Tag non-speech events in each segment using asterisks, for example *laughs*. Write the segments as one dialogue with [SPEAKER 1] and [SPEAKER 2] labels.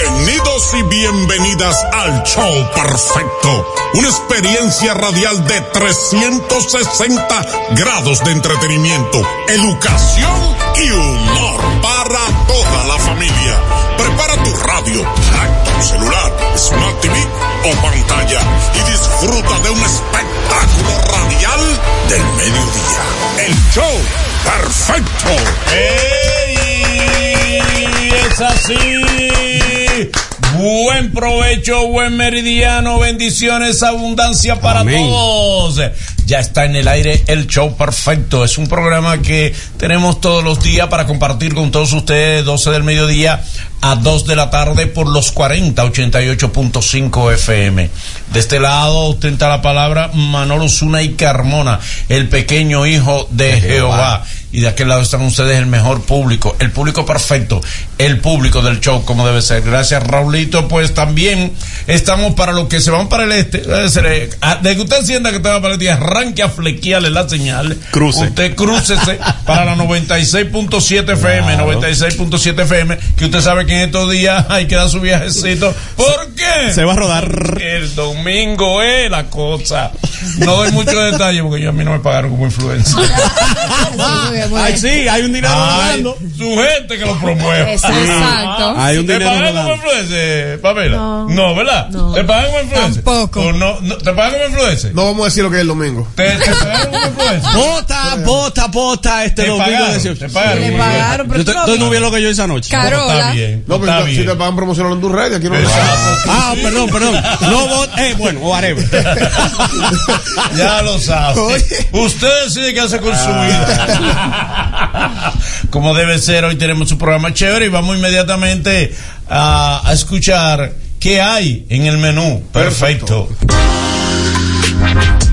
[SPEAKER 1] Bienvenidos y bienvenidas al Show Perfecto, una experiencia radial de 360 grados de entretenimiento, educación y humor para toda la familia. Prepara tu radio, laptop, celular, smart TV o pantalla y disfruta de un espectáculo radial del mediodía. El Show Perfecto.
[SPEAKER 2] ¡Ey! ¡Es así! Buen provecho, buen meridiano, bendiciones, abundancia para
[SPEAKER 3] Amén.
[SPEAKER 2] todos. Ya está en el aire el show perfecto. Es un programa que tenemos todos los días para compartir con todos ustedes, 12 del mediodía a 2 de la tarde por los 40, 88.5 FM. De este lado ostenta la palabra Manolo Zuna y Carmona, el pequeño hijo de, Jehová. Y de aquel lado están ustedes el mejor público, el público perfecto, el público del show como debe ser. Gracias, Raulito. Pues también estamos para los que se van para el este. Eh, se le- ah, De que usted sienta que usted va para el este, arranque a flequearle la señal.
[SPEAKER 3] Cruce.
[SPEAKER 2] Usted crúcese para la 96.7 FM, 96.7 FM, que usted sabe que en estos días hay que dar su viajecito. ¿Por qué?
[SPEAKER 3] *laughs* Se va a rodar.
[SPEAKER 2] El domingo es la cosa. No doy muchos detalles porque yo a mí no me pagaron como influencer.
[SPEAKER 4] Ah,
[SPEAKER 3] Ay, sí, hay un dinero
[SPEAKER 2] Ay,
[SPEAKER 3] rodando.
[SPEAKER 2] su gente que lo promueve.
[SPEAKER 4] Exacto.
[SPEAKER 2] Ah,
[SPEAKER 3] Hay un
[SPEAKER 2] ¿Te
[SPEAKER 3] dinero
[SPEAKER 2] pagan como
[SPEAKER 3] rodando.
[SPEAKER 2] influencer, Pamela?
[SPEAKER 4] No.
[SPEAKER 2] ¿verdad?
[SPEAKER 4] No.
[SPEAKER 2] ¿Te pagan como influencer?
[SPEAKER 4] Tampoco.
[SPEAKER 2] ¿O no, no- ¿Te pagan como influencer?
[SPEAKER 5] No vamos a decir lo que es el domingo.
[SPEAKER 2] ¿Te, te pagan como influencer?
[SPEAKER 3] Bota, bota, bota este
[SPEAKER 2] Te
[SPEAKER 3] domingo
[SPEAKER 2] pagaron,
[SPEAKER 3] 18.
[SPEAKER 2] te pagaron.
[SPEAKER 4] Le pagaron, pero
[SPEAKER 3] Yo te-
[SPEAKER 4] tú no
[SPEAKER 3] tú
[SPEAKER 4] viste.
[SPEAKER 3] no vi lo que yo hice anoche.
[SPEAKER 4] Carola.
[SPEAKER 2] Está bien.
[SPEAKER 5] No,
[SPEAKER 2] está
[SPEAKER 5] pero si- si
[SPEAKER 2] bien.
[SPEAKER 5] te pagan promocionando en tus redes, aquí no
[SPEAKER 2] Exacto.
[SPEAKER 3] Ah, perdón, perdón. No bota, eh, bueno, whatever.
[SPEAKER 2] *laughs* Ya lo sabe. Usted decide qué hace con su vida. Como debe ser, hoy tenemos un programa chévere y vamos inmediatamente a, a escuchar qué hay en el menú. Perfecto.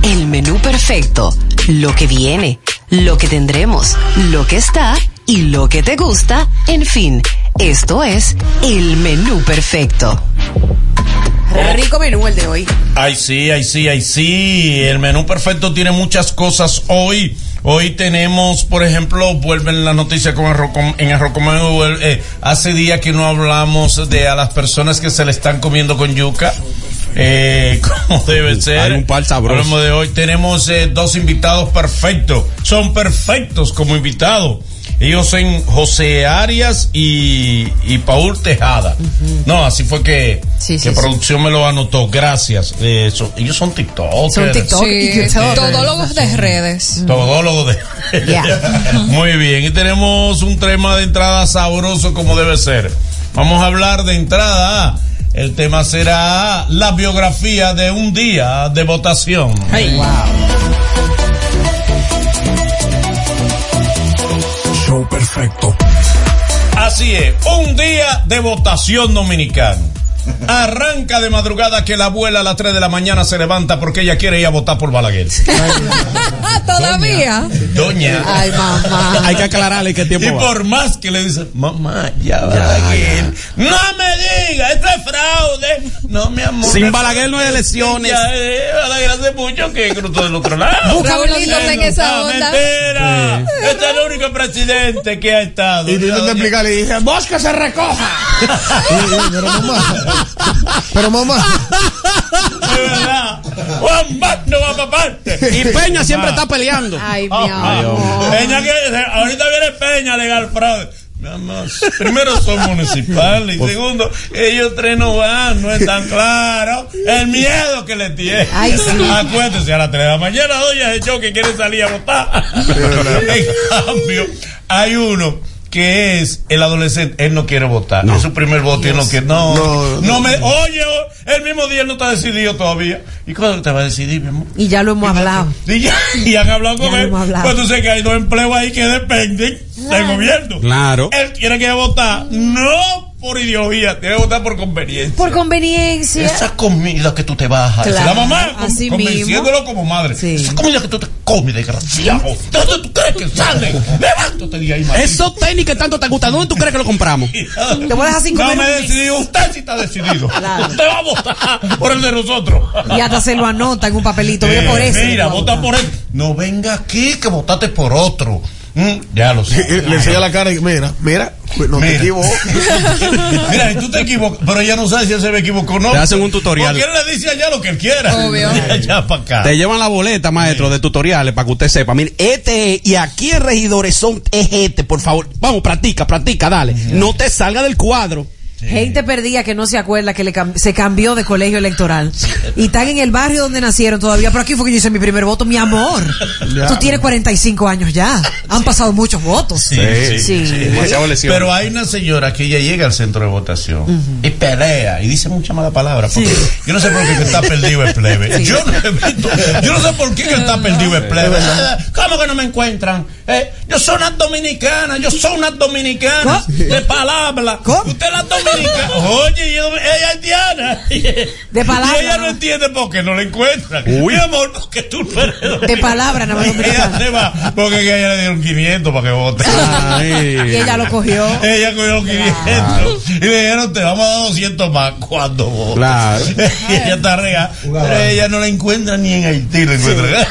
[SPEAKER 6] El menú perfecto, lo que viene, lo que tendremos, lo que está y lo que te gusta, en fin, esto es el menú perfecto.
[SPEAKER 4] Rico menú el de hoy.
[SPEAKER 2] Ay, sí, ay, sí, ay, sí. El menú perfecto tiene muchas cosas hoy. Hoy tenemos, por ejemplo, vuelven las noticias con arroz con- en arroz con mango, vuel- eh, hace días que no hablamos de a las personas que se le están comiendo con yuca. Eh, *laughs* como debe ser.
[SPEAKER 3] Hay un par sabroso.
[SPEAKER 2] Hablamos de hoy. Tenemos eh, dos invitados perfectos. Son perfectos como invitados. Ellos son José Arias y, y Paul Tejada. No, así fue que,
[SPEAKER 4] Sí, sí, sí.
[SPEAKER 2] que producción me lo anotó. Gracias. Eh, son- ellos son TikTok.
[SPEAKER 4] Son TikTok y YouTube.
[SPEAKER 7] Todólogos de redes.
[SPEAKER 4] *laughs*
[SPEAKER 2] Todólogo de. *laughs* Muy bien. Y tenemos un tema de entrada sabroso como debe ser. Vamos a hablar de entrada. El tema será la biografía de un día de votación.
[SPEAKER 1] Show perfecto.
[SPEAKER 2] Así es, un día de votación dominicano. Arranca de madrugada que la abuela a las 3 de la mañana se levanta porque ella quiere ir a votar por
[SPEAKER 3] *laughs*
[SPEAKER 2] Balaguer.
[SPEAKER 7] Ah, todavía.
[SPEAKER 2] Doña.
[SPEAKER 4] Ay, mamá.
[SPEAKER 3] Hay que aclararle qué
[SPEAKER 2] Y
[SPEAKER 3] tiempo va.
[SPEAKER 2] por más que le dice, mamá, ya Balaguer. No me diga, esto es fraude. No, mi amor.
[SPEAKER 3] Sin Balaguer no hay elecciones.
[SPEAKER 2] Ya, eh, Balaguer hace mucho que cruzó del otro lado.
[SPEAKER 7] Busca
[SPEAKER 2] Raúl
[SPEAKER 7] Raulito,
[SPEAKER 2] Alonso.
[SPEAKER 7] ten esa
[SPEAKER 2] Ah,
[SPEAKER 7] onda.
[SPEAKER 2] Mentira. Este es el único presidente que ha estado.
[SPEAKER 5] Y tú intentas explicarle y dije, ¡Bosca se recoja! Y- y- pero mamá, pero mamá,
[SPEAKER 2] *laughs* De verdad. Juan Bat no va para parte.
[SPEAKER 3] Y Peña siempre está peleando.
[SPEAKER 4] Ay, mi
[SPEAKER 5] *laughs*
[SPEAKER 2] Ah,
[SPEAKER 4] amor.
[SPEAKER 2] Peña que- ahorita viene Peña legal fraude. Nada más. Primero son municipales y segundo, ellos tres no van, no están claros. El miedo que le tiene.
[SPEAKER 4] Ay, sí.
[SPEAKER 2] Acuérdese, a las 3 de la mañana, doña se echó que quiere salir a votar. en cambio, hay uno que es el adolescente, él no quiere votar. Es su primer voto y él no quiere. No, no,
[SPEAKER 5] No,
[SPEAKER 2] me. Oye, el mismo día él no está decidido todavía. ¿Y cuándo te va a decidir, mi amor?
[SPEAKER 4] Y ya lo hemos hablado.
[SPEAKER 2] Y, ya- *laughs* y han hablado con
[SPEAKER 4] Ya
[SPEAKER 2] él.
[SPEAKER 4] hemos hablado.
[SPEAKER 2] Pues tú sabes que hay dos empleos ahí que dependen del gobierno.
[SPEAKER 3] Claro.
[SPEAKER 2] Él tiene que votar no por ideología, tiene que votar por conveniencia.
[SPEAKER 4] Por conveniencia.
[SPEAKER 2] Esa comida que tú te bajas,
[SPEAKER 4] Claro,
[SPEAKER 2] la mamá con-
[SPEAKER 4] así
[SPEAKER 2] convenciéndolo como madre.
[SPEAKER 4] Sí.
[SPEAKER 2] Esa comida que tú te comes, desgraciado. ¿De dónde tú crees que
[SPEAKER 4] *laughs*
[SPEAKER 2] sale? Levántate de ahí, maldito.
[SPEAKER 3] Esos tenis que tanto te gustan, ¿dónde tú crees que lo compramos?
[SPEAKER 4] Eh, Te voy a dejar sin
[SPEAKER 2] No
[SPEAKER 4] comer
[SPEAKER 2] me
[SPEAKER 4] un
[SPEAKER 2] he
[SPEAKER 4] mes.
[SPEAKER 2] decidido. Usted sí está decidido.
[SPEAKER 4] Claro.
[SPEAKER 2] Usted va a votar por el de nosotros.
[SPEAKER 4] Y hasta se lo anota en un papelito. Mira
[SPEAKER 2] Eh,
[SPEAKER 4] por eso.
[SPEAKER 2] Mira, vota por él. No venga aquí que votaste por otro. Mm,
[SPEAKER 8] *laughs*
[SPEAKER 2] ya lo sé.
[SPEAKER 8] Eh, Le enseña la cara y mira, mira, pues, no te
[SPEAKER 2] Mira.
[SPEAKER 8] equivoco.
[SPEAKER 2] *laughs* Mira, y tú te equivocas, pero ella no sabe si él se me equivocó o no.
[SPEAKER 3] Te hacen un tutorial.
[SPEAKER 2] Porque él le dice allá lo que él quiera. *laughs*
[SPEAKER 7] Obvio.
[SPEAKER 2] Allá para acá.
[SPEAKER 3] Te llevan la boleta, maestro, de tutoriales para que usted sepa. Mire, este y aquí en regidores son es este, por favor. Vamos, practica, practica, dale. No te salga del cuadro.
[SPEAKER 4] Gente perdida que no se acuerda que le cam- se cambió de colegio electoral. Y están en el barrio donde nacieron todavía. Pero aquí fue que yo hice mi primer voto, mi amor. Tú tienes 45 años ya. Han pasado muchos votos.
[SPEAKER 2] Sí,
[SPEAKER 4] Sí.
[SPEAKER 3] Demasiado lesión.
[SPEAKER 2] Pero hay una señora que ella llega al centro de votación y pelea y dice mucha mala palabra. Porque Yo no sé por qué que está perdido el plebe. Yo, no he visto- yo no sé por qué que está perdido el plebe.
[SPEAKER 4] Ah.
[SPEAKER 2] Ah, ¿Cómo que no me encuentran? Eh, yo soy una dominicana, yo soy una dominicana
[SPEAKER 4] ¿Cómo?
[SPEAKER 2] de palabra.
[SPEAKER 4] ¿Cómo?
[SPEAKER 2] Usted es la dominicana. Oye, yo- ella es Diana.
[SPEAKER 4] De palabra,
[SPEAKER 2] Y ella no
[SPEAKER 4] ¿no?
[SPEAKER 2] entiende por qué no la encuentran. Mi amor, porque tú eres
[SPEAKER 4] De palabra, nada más
[SPEAKER 2] Ella
[SPEAKER 4] dominicana.
[SPEAKER 2] se va porque que a ella le dieron 500 para que vote.
[SPEAKER 4] Y ella lo cogió.
[SPEAKER 2] Ella cogió 500 y le dijeron, te vamos a dar 200 más cuando votes.
[SPEAKER 3] Claro.
[SPEAKER 2] *laughs* y ella está rega, pero ella no la encuentra ni en Haití. La encuentra.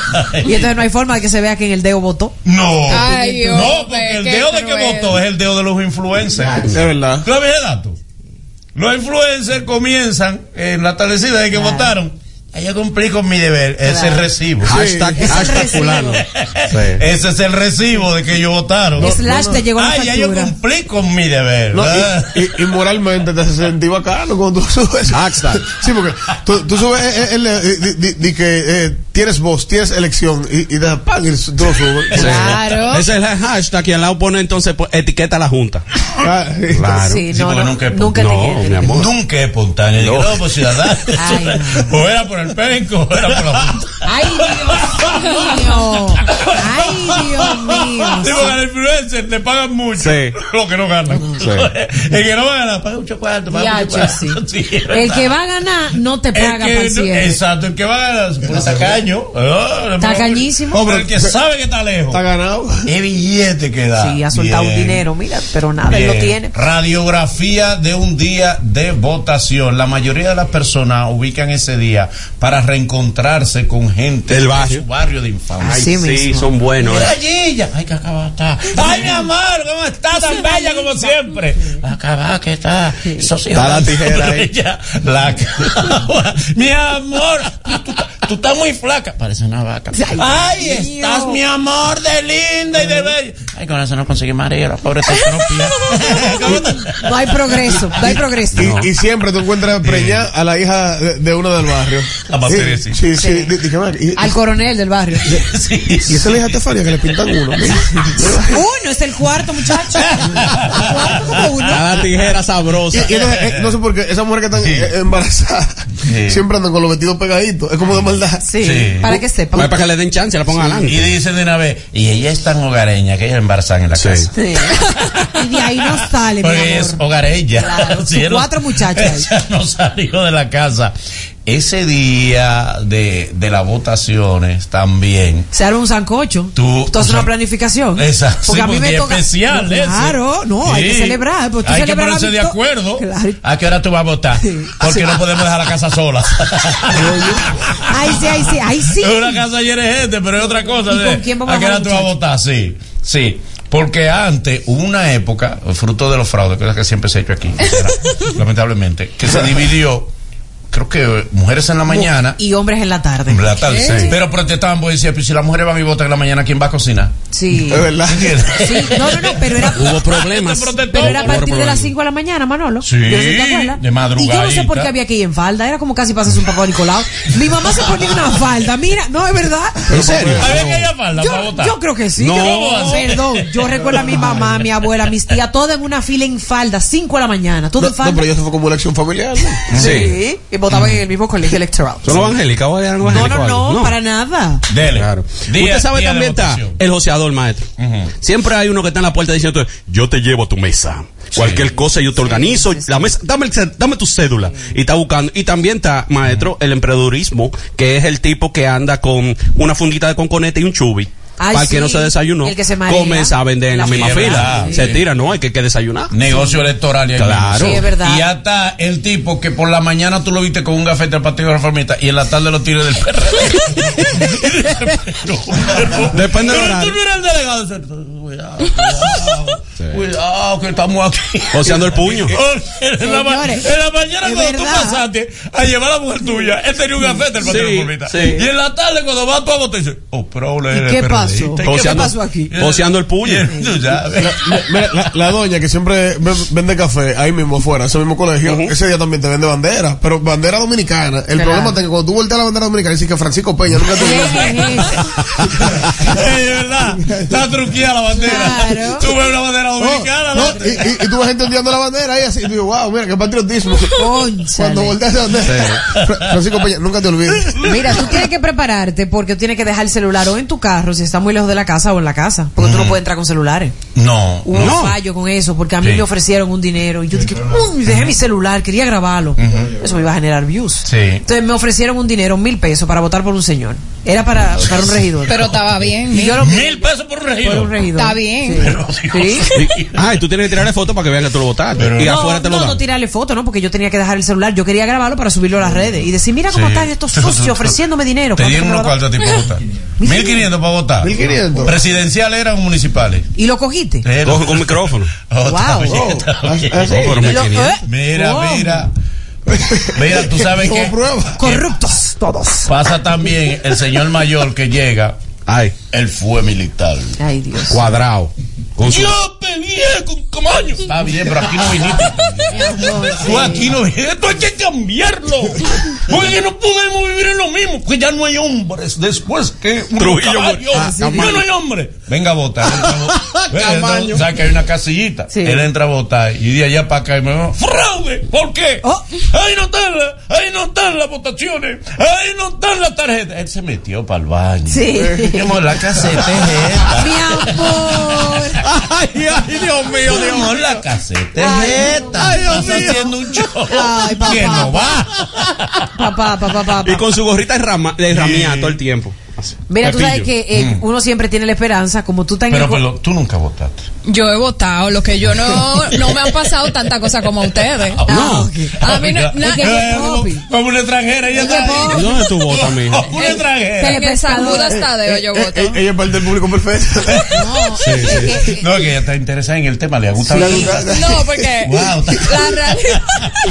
[SPEAKER 4] Y entonces no hay forma de que se vea que en el dedo votó.
[SPEAKER 2] no,
[SPEAKER 7] Ay, Dios,
[SPEAKER 2] no, porque el
[SPEAKER 7] qué
[SPEAKER 2] dedo de que
[SPEAKER 7] cruel.
[SPEAKER 2] votó es el dedo de los influencers.
[SPEAKER 3] Es verdad.
[SPEAKER 2] ¿Tú sabes el dato? Los influencers comienzan en la tardecita de que
[SPEAKER 4] Claro.
[SPEAKER 2] votaron. "Ay, Yo cumplí con mi deber, ese
[SPEAKER 4] Claro.
[SPEAKER 2] recibo.
[SPEAKER 3] Hashtag,
[SPEAKER 4] Es el
[SPEAKER 3] hashtag
[SPEAKER 4] recibo.
[SPEAKER 3] fulano.
[SPEAKER 2] *laughs* Ese es el recibo de que ellos votaron.
[SPEAKER 4] Slash te llegó la
[SPEAKER 2] Ay, Ah, ya yo
[SPEAKER 4] factura.
[SPEAKER 2] cumplí con mi deber.
[SPEAKER 8] No,
[SPEAKER 2] ¿verdad?
[SPEAKER 8] y, y- y moralmente te hace sentir bacano cuando tú subes.
[SPEAKER 3] Hashtag.
[SPEAKER 8] Sí, porque tú, tú subes, eh, eh, el, eh, di, di- di que eh, tienes voz, tienes elección y, y das pan y tú lo subes. Ah,
[SPEAKER 7] Claro.
[SPEAKER 3] Ese es el hashtag y al lado pone entonces pues, etiqueta a la junta.
[SPEAKER 8] Ah, sí.
[SPEAKER 3] Claro.
[SPEAKER 4] Sí,
[SPEAKER 2] Sí,
[SPEAKER 4] no,
[SPEAKER 2] porque
[SPEAKER 4] no,
[SPEAKER 2] nunca
[SPEAKER 4] nunca,
[SPEAKER 2] es
[SPEAKER 4] te
[SPEAKER 3] No,
[SPEAKER 4] quiere.
[SPEAKER 3] mi amor.
[SPEAKER 2] Nunca es espontáneo. Digo,
[SPEAKER 3] No.
[SPEAKER 2] No, pues ciudadano.
[SPEAKER 4] *laughs*
[SPEAKER 2] eso
[SPEAKER 4] Ay,
[SPEAKER 2] es- o era por el penco, o era por la punta.
[SPEAKER 7] Ay, Dios mío.
[SPEAKER 4] Ay, Dios mío.
[SPEAKER 2] Digo, que al influencer le pagan mucho
[SPEAKER 3] Sí.
[SPEAKER 2] lo que no
[SPEAKER 4] Mm.
[SPEAKER 2] ganan.
[SPEAKER 3] Sí.
[SPEAKER 2] El que no va a ganar, paga mucho cuarto, paga mucho
[SPEAKER 7] Ya, che,
[SPEAKER 2] cuarto. *laughs* Sí, es
[SPEAKER 4] El
[SPEAKER 2] verdad.
[SPEAKER 4] que va a ganar no te
[SPEAKER 2] El
[SPEAKER 4] paga para
[SPEAKER 2] que
[SPEAKER 4] el
[SPEAKER 2] no-
[SPEAKER 4] cierre.
[SPEAKER 2] exacto, el que va a ganar por tacaño. Ah, le paga-
[SPEAKER 4] Tacañísimo.
[SPEAKER 2] Hombre, el que sabe que está lejos.
[SPEAKER 8] Está ganado.
[SPEAKER 2] ¿Qué billete que da?
[SPEAKER 4] Sí, ha soltado
[SPEAKER 2] Bien.
[SPEAKER 4] dinero, mira, pero nada, él lo
[SPEAKER 2] Bien.
[SPEAKER 4] tiene.
[SPEAKER 2] Radiografía de un día de votación. La mayoría de las personas ubican ese día para reencontrarse con gente
[SPEAKER 3] Del barrio.
[SPEAKER 2] de su barrio de infancia.
[SPEAKER 4] Así mismo.
[SPEAKER 3] son buenos.
[SPEAKER 2] Mira, Gilla. Ay, que acaba está. Ay, mi amor, ¿cómo está? Tan bella como siempre. Acaba que está. Esos hijos
[SPEAKER 3] Está la
[SPEAKER 2] de- *laughs*
[SPEAKER 3] tijera ahí.
[SPEAKER 2] Ella, La acaba. *laughs* Mi amor, tú, tú- tú estás muy flaca. Parece una vaca. Ay, estás, mi amor, de linda y de bella. Ay, con eso no conseguí marido. La pobre *laughs* se estropea.
[SPEAKER 4] No hay progreso, no hay progreso.
[SPEAKER 8] Y, y siempre tú encuentras preñada a la hija de, de uno del barrio.
[SPEAKER 2] La más
[SPEAKER 8] sí,
[SPEAKER 2] seriecita.
[SPEAKER 8] sí, sí. di- di que, man, y,
[SPEAKER 4] Al coronel del barrio.
[SPEAKER 2] Sí,
[SPEAKER 8] y esa es la hija de Estefanía que le pintan uno. mira.
[SPEAKER 4] Uno, es el cuarto, muchacho. El cuarto como uno.
[SPEAKER 3] Cada tijera
[SPEAKER 8] Y,
[SPEAKER 3] sabrosa.
[SPEAKER 8] *laughs* y entonces, eh, no sé por qué, esas mujeres que están
[SPEAKER 2] Sí.
[SPEAKER 8] eh, embarazadas
[SPEAKER 2] Sí.
[SPEAKER 8] siempre andan con los vestidos pegaditos. Es como de maldad.
[SPEAKER 4] Sí,
[SPEAKER 2] Sí.
[SPEAKER 4] eh, para que
[SPEAKER 3] No es
[SPEAKER 4] sepan.
[SPEAKER 3] para que le den chance, la pongan
[SPEAKER 2] Y
[SPEAKER 3] adelante.
[SPEAKER 2] dicen de una vez, y ella es tan hogareña que ella embarazan en la casa. *laughs*
[SPEAKER 4] Sí. Y de ahí no sale, mi
[SPEAKER 2] Porque ella
[SPEAKER 4] amor.
[SPEAKER 2] es hogareña.
[SPEAKER 4] Claro,
[SPEAKER 2] Sí,
[SPEAKER 4] sus
[SPEAKER 2] ella no-
[SPEAKER 4] cuatro muchachas.
[SPEAKER 2] Ella no salió de la casa. Ese día de, de las votaciones también.
[SPEAKER 4] Se arma un sancocho.
[SPEAKER 2] Tú-
[SPEAKER 4] Tú haces
[SPEAKER 2] o sea,
[SPEAKER 4] una planificación.
[SPEAKER 2] *laughs* Esa, sí,
[SPEAKER 4] Porque a mí me
[SPEAKER 2] es
[SPEAKER 4] toca.
[SPEAKER 2] especial, ese.
[SPEAKER 4] Claro, no, hay que
[SPEAKER 2] Sí.
[SPEAKER 4] celebrar. pues tú
[SPEAKER 2] hay que
[SPEAKER 4] celebras la
[SPEAKER 2] ponerse de
[SPEAKER 4] victo-
[SPEAKER 2] acuerdo.
[SPEAKER 4] Claro.
[SPEAKER 2] ¿A qué hora tú vas a votar?
[SPEAKER 4] Sí.
[SPEAKER 2] Porque no podemos dejar la casa sola.
[SPEAKER 4] *laughs* Ay, sí, ay, sí, ay, sí.
[SPEAKER 2] Es una casa llena de gente, pero es otra cosa.
[SPEAKER 4] ¿Y
[SPEAKER 2] de-
[SPEAKER 4] con quién vamos
[SPEAKER 2] ¿A qué
[SPEAKER 4] a
[SPEAKER 2] hora tú
[SPEAKER 4] votar,
[SPEAKER 2] vas a votar? Sí, sí. Porque antes hubo una época, fruto de los fraudes, cosa que siempre se ha hecho aquí, *laughs* era, lamentablemente, que se dividió, creo que eh, mujeres en la mañana.
[SPEAKER 4] Y hombres en la tarde.
[SPEAKER 2] La tarde, sí. Pero protestaban porque decían, "Pues si las mujeres van y votan en la mañana, ¿quién va a cocinar?
[SPEAKER 4] Sí.
[SPEAKER 8] Es verdad.
[SPEAKER 4] Sí, no, no, no, pero era.
[SPEAKER 3] Hubo
[SPEAKER 2] *laughs*
[SPEAKER 3] problemas.
[SPEAKER 2] Este protestó.
[SPEAKER 4] Pero era a
[SPEAKER 3] Hubo
[SPEAKER 4] partir de
[SPEAKER 3] problemas.
[SPEAKER 4] las 5 de la mañana, Manolo.
[SPEAKER 2] Sí,
[SPEAKER 4] Yo sé, ¿te acuerdas?
[SPEAKER 2] de madrugadita.
[SPEAKER 4] Y yo no sé por qué había que ir en falda. Era como casi pasas un papá Nicolau. Mi mamá se ponía una falda. Mira, no, es verdad.
[SPEAKER 3] ¿En serio?
[SPEAKER 2] Había que llamarla para
[SPEAKER 4] Yo,
[SPEAKER 2] votar.
[SPEAKER 4] yo creo que sí.
[SPEAKER 3] No.
[SPEAKER 4] Yo- perdón. Yo recuerdo a mi mamá, a mi abuela, a mis tías, todas en una fila en falda, 5 de la mañana, todo
[SPEAKER 8] No,
[SPEAKER 4] en falda.
[SPEAKER 8] no, pero ya se fue como una acción familiar. ¿no?
[SPEAKER 4] sí. y votaban en el mismo colegio electoral.
[SPEAKER 3] ¿Son evangélicas o eran
[SPEAKER 4] No,
[SPEAKER 3] evangélicas o
[SPEAKER 4] no,
[SPEAKER 3] algo?
[SPEAKER 4] no, para nada.
[SPEAKER 2] Dele.
[SPEAKER 3] Claro.
[SPEAKER 2] Día-
[SPEAKER 3] Usted sabe
[SPEAKER 2] día de
[SPEAKER 3] también está
[SPEAKER 2] votación.
[SPEAKER 3] el joseador, maestro. Siempre hay uno que está en la puerta diciendo, yo te llevo a tu mesa. Cualquier cosa yo te organizo. La mesa, dame, el cel- dame tu cédula. Y está buscando. Y también está, maestro, el emprendedurismo, que es el tipo que anda con una fundita de conconete y un chubi.
[SPEAKER 4] Ay,
[SPEAKER 3] para el que
[SPEAKER 4] sí.
[SPEAKER 3] no se desayunó,
[SPEAKER 4] El que se marea.
[SPEAKER 3] comienza a vender en la
[SPEAKER 4] Sí,
[SPEAKER 3] misma
[SPEAKER 2] es
[SPEAKER 3] fila.
[SPEAKER 2] verdad.
[SPEAKER 3] Se tira, no, hay que, que desayunar.
[SPEAKER 2] Negocio electoral y ahí
[SPEAKER 3] Claro.
[SPEAKER 2] mismo.
[SPEAKER 4] Sí, es verdad.
[SPEAKER 2] Y hasta el tipo que por la mañana tú lo viste con un gafete del Partido Reformista y en la tarde lo tires del PRD.
[SPEAKER 3] *laughs* Depende del
[SPEAKER 2] Pero tú
[SPEAKER 3] horario.
[SPEAKER 2] no eras el delegado. Cuidado, cuidado, cuidado, que estamos aquí.
[SPEAKER 3] Joseando el puño.
[SPEAKER 2] *laughs* en, la ma-
[SPEAKER 4] Señores,
[SPEAKER 2] en la mañana
[SPEAKER 4] es
[SPEAKER 2] cuando tú
[SPEAKER 4] verdad.
[SPEAKER 2] pasaste a llevar a la mujer tuya, él tenía un gafete del Partido
[SPEAKER 3] Sí,
[SPEAKER 2] Reformista.
[SPEAKER 3] sí.
[SPEAKER 2] Y en la tarde cuando vas tú a votar, dices, oh, pero ahora
[SPEAKER 4] ¿Y
[SPEAKER 2] eres
[SPEAKER 4] qué
[SPEAKER 2] PRDista,
[SPEAKER 4] pasó?
[SPEAKER 2] ¿y
[SPEAKER 4] O
[SPEAKER 2] qué
[SPEAKER 4] sea,
[SPEAKER 2] pasó?
[SPEAKER 4] pasó aquí?
[SPEAKER 3] Joseando el puño.
[SPEAKER 2] Y tú sabes.
[SPEAKER 8] La- mira, la, la doña que siempre ve- vende café ahí mismo afuera, ese mismo colegio, ese día también te vende bandera, pero bandera dominicana. El
[SPEAKER 4] Claro.
[SPEAKER 8] problema es que cuando tú volteas la bandera dominicana, dices que Francisco Peña nunca tuvo.
[SPEAKER 2] Ey, es verdad. Está truqueada la bandera.
[SPEAKER 4] Claro.
[SPEAKER 2] Tú ves una bandera dominicana.
[SPEAKER 8] No,
[SPEAKER 2] ¿no?
[SPEAKER 8] no, y, y, y tú ves gente ondeando la bandera ahí así, y tú dices, wow, mira qué patriotismo.
[SPEAKER 4] Cónchale.
[SPEAKER 8] Cuando volteas la bandera, Fra- Francisco Peña, nunca te olvides.
[SPEAKER 4] Mira, tú tienes que prepararte porque tú tienes que dejar el celular o en tu carro si está muy lejos de la casa o en la casa. Porque tú no puedes entrar con celulares.
[SPEAKER 2] No,
[SPEAKER 4] Hubo un fallo con eso porque a mí
[SPEAKER 2] Sí.
[SPEAKER 4] me ofrecieron un dinero y yo dije, "Uy, dejé mi celular, quería grabarlo. Eso me iba a generar views.
[SPEAKER 2] Sí.
[SPEAKER 4] Entonces me ofrecieron un dinero, mil pesos, para votar por un señor. Era para, para un regidor.
[SPEAKER 7] Pero estaba bien.
[SPEAKER 4] Y yo
[SPEAKER 7] mira.
[SPEAKER 4] lo-
[SPEAKER 2] Mil pesos por un regidor.
[SPEAKER 4] por un regidor.
[SPEAKER 7] Está bien.
[SPEAKER 4] Sí.
[SPEAKER 2] Pero, Dios.
[SPEAKER 4] Sí.
[SPEAKER 3] Y- Ah, y tú tienes que tirarle fotos para que vean que tú lo votaste.
[SPEAKER 2] Pero-
[SPEAKER 3] y
[SPEAKER 4] No,
[SPEAKER 3] afuera te lo
[SPEAKER 4] no,
[SPEAKER 3] dan.
[SPEAKER 4] no tirarle foto, ¿no? Porque yo tenía que dejar el celular. Yo quería grabarlo para subirlo a las redes y decir, mira cómo
[SPEAKER 2] Sí.
[SPEAKER 4] están estos socios ofreciéndome dinero.
[SPEAKER 2] Te
[SPEAKER 4] ¿Cuánto
[SPEAKER 2] dieron
[SPEAKER 4] me
[SPEAKER 2] unos
[SPEAKER 4] va a dar?
[SPEAKER 2] cuartos a ti para
[SPEAKER 4] *laughs*
[SPEAKER 2] votar. 1500 para votar.
[SPEAKER 8] 1500.
[SPEAKER 2] Presidenciales eran municipales.
[SPEAKER 4] Y lo cogiste.
[SPEAKER 2] Era-
[SPEAKER 3] Coge con micrófono.
[SPEAKER 2] Oh, está
[SPEAKER 4] Wow.
[SPEAKER 2] bien,
[SPEAKER 4] Oh,
[SPEAKER 2] está
[SPEAKER 8] así-
[SPEAKER 2] bien.
[SPEAKER 8] así.
[SPEAKER 3] No, pero
[SPEAKER 4] Y
[SPEAKER 3] me
[SPEAKER 4] lo-
[SPEAKER 3] quería.
[SPEAKER 4] ¿eh?
[SPEAKER 2] Mira,
[SPEAKER 4] Wow.
[SPEAKER 2] mira. Mira, tú sabes
[SPEAKER 8] Como
[SPEAKER 2] que
[SPEAKER 8] prueba.
[SPEAKER 4] Corruptos todos.
[SPEAKER 2] pasa también el señor mayor que llega,
[SPEAKER 3] Ay,
[SPEAKER 2] él fue militar.
[SPEAKER 4] Ay, Dios.
[SPEAKER 3] cuadrado. Con su-
[SPEAKER 2] Yo peleé con Camaño. Está bien, pero aquí no viniste. Tú aquí no viniste. Esto hay que cambiarlo. Porque no podemos vivir en lo mismo. Porque ya no hay hombres. Después que un
[SPEAKER 3] Trujillo
[SPEAKER 2] caballo.
[SPEAKER 3] murió. Ah,
[SPEAKER 2] ya no hay hombres. pues. Venga a votar. *laughs*
[SPEAKER 8] Camaño.
[SPEAKER 2] O sea, que hay una casillita.
[SPEAKER 4] Sí.
[SPEAKER 2] Él entra a votar. Y de allá para acá y me va. ¡Fraude! ¿Por qué?
[SPEAKER 4] Oh.
[SPEAKER 2] Ahí no están las, ahí no están las votaciones. Ahí no están las tarjetas. Él se metió para el baño.
[SPEAKER 4] Sí.
[SPEAKER 2] Mi amor, la caseta es esta.
[SPEAKER 4] Mi amor.
[SPEAKER 3] Ay, ay, Dios mío,
[SPEAKER 2] Mi amor, la caseta
[SPEAKER 4] Ay,
[SPEAKER 2] es esta.
[SPEAKER 4] ay, Dios
[SPEAKER 2] Estás
[SPEAKER 4] mío.
[SPEAKER 2] haciendo un show.
[SPEAKER 4] Ay, papá.
[SPEAKER 2] Que no va.
[SPEAKER 4] Papá, papá, papá.
[SPEAKER 3] Y con su gorrita de, rama, de ramía todo el tiempo. Así.
[SPEAKER 4] Mira, tú sabes
[SPEAKER 3] Pepillo.
[SPEAKER 4] que eh, uno siempre tiene la esperanza, como tú tan
[SPEAKER 2] Mm. Pero, pero tú nunca votaste.
[SPEAKER 7] Yo he votado, lo que yo no, no me han pasado tanta cosa como a ustedes.
[SPEAKER 4] Ah, No.
[SPEAKER 7] A mí no, na-
[SPEAKER 4] Es que
[SPEAKER 2] Eh,
[SPEAKER 4] es popi. Eh,
[SPEAKER 2] como- Como una extranjera. Ella está
[SPEAKER 3] ¿Y dónde tú
[SPEAKER 2] *laughs*
[SPEAKER 3] votas, mijo?
[SPEAKER 2] Como una extranjera.
[SPEAKER 7] en el San Judas Tadeo yo
[SPEAKER 8] Eh,
[SPEAKER 7] voto.
[SPEAKER 8] eh, *laughs* ella es parte del público perfecto.
[SPEAKER 4] No, es que- que-
[SPEAKER 2] No, que ella está interesada en el tema. Le gusta la
[SPEAKER 7] No, porque
[SPEAKER 2] Wow.
[SPEAKER 7] la realidad.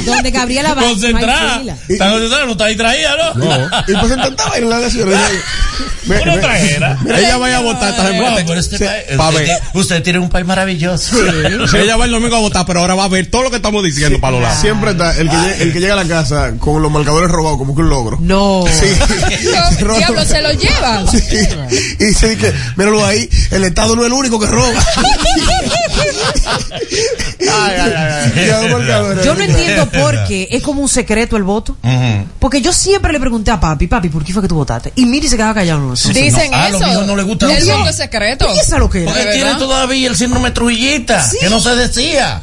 [SPEAKER 4] donde Gabriela va. no hay
[SPEAKER 2] Concentrada.
[SPEAKER 4] fila.
[SPEAKER 2] Está concentrada, no está distraída, ¿no?
[SPEAKER 8] *laughs* Y pues intentaba bailar la nación. Mira,
[SPEAKER 2] Una
[SPEAKER 8] mira,
[SPEAKER 2] extranjera.
[SPEAKER 8] mira, ella vaya a votar esta
[SPEAKER 2] Wow,
[SPEAKER 8] semana.
[SPEAKER 2] pero este
[SPEAKER 8] Sí,
[SPEAKER 2] país-
[SPEAKER 3] pa'
[SPEAKER 2] usted,
[SPEAKER 3] ver.
[SPEAKER 2] usted tiene un país maravilloso. *laughs*
[SPEAKER 3] Sí, Ella va el domingo a votar, pero ahora va a ver todo lo que estamos diciendo para los lados.
[SPEAKER 8] Siempre está el que, llega, el que llega a la casa con los marcadores robados como que un logro.
[SPEAKER 4] *laughs* No.
[SPEAKER 8] Sí.
[SPEAKER 7] Yo, diablo, se lo llevan.
[SPEAKER 8] *laughs* Sí. Y dice que, míralo ahí, el Estado no es el único que
[SPEAKER 9] *laughs*
[SPEAKER 8] roba. *laughs* Y a los marcadores.
[SPEAKER 4] Yo no entiendo por qué es como un secreto el voto.
[SPEAKER 2] Ujú.
[SPEAKER 4] Porque yo siempre le pregunté a papi, papi, ¿por qué fue que tú votaste? Y Miri se quedaba callado. No, lo sé.
[SPEAKER 7] Dicen
[SPEAKER 2] No, a los
[SPEAKER 7] eso.
[SPEAKER 2] míos no les gusta
[SPEAKER 7] el
[SPEAKER 2] eso.
[SPEAKER 7] voto secreto.
[SPEAKER 4] Esa lo que era.
[SPEAKER 2] Porque
[SPEAKER 7] ¿De
[SPEAKER 2] tiene
[SPEAKER 7] verdad?
[SPEAKER 2] todavía el síndrome Trujillita, que no se decía.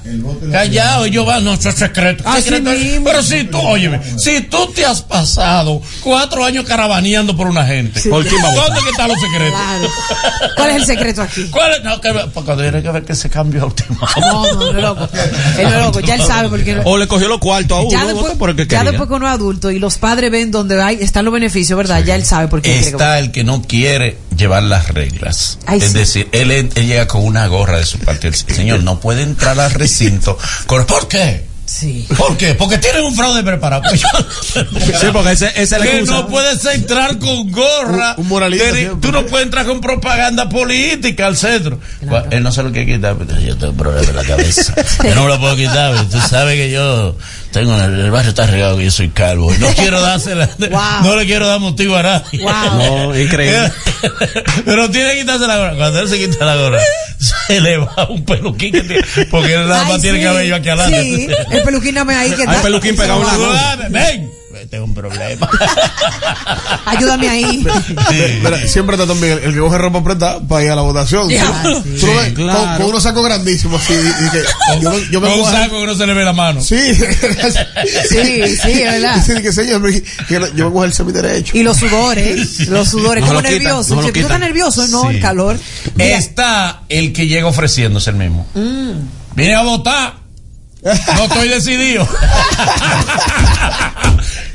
[SPEAKER 2] Callado, y yo va, no, eso es secreto.
[SPEAKER 4] Así
[SPEAKER 2] secreto.
[SPEAKER 4] mismo.
[SPEAKER 2] Pero si tú, óyeme, si tú te has pasado cuatro años caravaneando por una gente,
[SPEAKER 3] ¿Por quién va a votar?
[SPEAKER 2] ¿dónde que están los secretos?
[SPEAKER 4] Claro. *laughs* ¿Cuál es el secreto aquí?
[SPEAKER 2] ¿Cuál es? No, que, porque tiene que ver que se cambió
[SPEAKER 4] *laughs*
[SPEAKER 2] a última hora.
[SPEAKER 4] No, no, no es loco. Él no es loco. Ya él sabe por qué no.
[SPEAKER 3] O le cogió los cuartos a uno,
[SPEAKER 4] Ya
[SPEAKER 3] votó por el que
[SPEAKER 4] después, ya
[SPEAKER 3] quería.
[SPEAKER 4] después que uno es adulto y los padres ven donde hay, están los beneficios, ¿verdad? Ya él sabe por qué quiere que
[SPEAKER 2] Está el que no quiere llevar las reglas.
[SPEAKER 4] Ay,
[SPEAKER 2] es
[SPEAKER 4] sí.
[SPEAKER 2] decir, él, él llega con una gorra de su partido. El señor no puede entrar al recinto. Con, ¿Por qué?
[SPEAKER 4] Sí.
[SPEAKER 2] ¿Por qué? Porque tienen un fraude preparado. *laughs* Pues yo-
[SPEAKER 3] Sí, porque ese, ese es el
[SPEAKER 2] que
[SPEAKER 3] excusa.
[SPEAKER 2] no puedes entrar con gorra.
[SPEAKER 8] Un- un moralista
[SPEAKER 2] Tiene-
[SPEAKER 8] siempre.
[SPEAKER 2] tú no puedes entrar con propaganda política al centro. Bueno, Él no se lo quiere quitar, pero yo tengo un problema en la
[SPEAKER 4] *laughs*
[SPEAKER 2] cabeza. yo no me lo puedo quitar. pero Tú sabes que yo tengo el, el barrio está regado que yo soy calvo. Y
[SPEAKER 4] *laughs*
[SPEAKER 2] no quiero dársela,
[SPEAKER 4] Wow.
[SPEAKER 2] no le quiero dar motivo a nadie.
[SPEAKER 4] Wow.
[SPEAKER 3] No, increíble.
[SPEAKER 2] *laughs* pero tiene que quitarse la gorra. Cuando él se quita la gorra, se le va un peluquín que tiene, porque él nada más
[SPEAKER 4] Ay,
[SPEAKER 2] tiene
[SPEAKER 4] sí.
[SPEAKER 2] *laughs* cabello aquí adelante.
[SPEAKER 4] Sí, el peluquín nada más ahí que
[SPEAKER 3] Hay peluquín pegado en la
[SPEAKER 2] Ven,
[SPEAKER 5] este es un problema.
[SPEAKER 4] Ayúdame ahí.
[SPEAKER 8] Mira, mira, siempre está también el, el que coge ropa apretada para ir a la votación.
[SPEAKER 4] Ya.
[SPEAKER 8] Tú- tú lo ves con, con unos sacos grandísimos así. y- y que yo, me- yo me
[SPEAKER 9] Con un
[SPEAKER 8] voy a-
[SPEAKER 9] saco que no se le ve la mano.
[SPEAKER 8] Sí,
[SPEAKER 4] Sí, sí, es verdad.
[SPEAKER 8] Sí, que señor, me- que no- yo me coge el semi derecho.
[SPEAKER 4] Y los sudores, los sudores,
[SPEAKER 3] No
[SPEAKER 4] como
[SPEAKER 3] lo quita,
[SPEAKER 4] nervioso.
[SPEAKER 3] no lo
[SPEAKER 4] Dice, ¿Tú
[SPEAKER 3] quita.
[SPEAKER 4] estás nervioso? No, el
[SPEAKER 2] Sí.
[SPEAKER 4] calor. Eh. Mira,
[SPEAKER 2] Está el que llega ofreciéndose el mismo.
[SPEAKER 4] Mm.
[SPEAKER 2] Vine a votar. No
[SPEAKER 4] *laughs*
[SPEAKER 2] estoy decidido.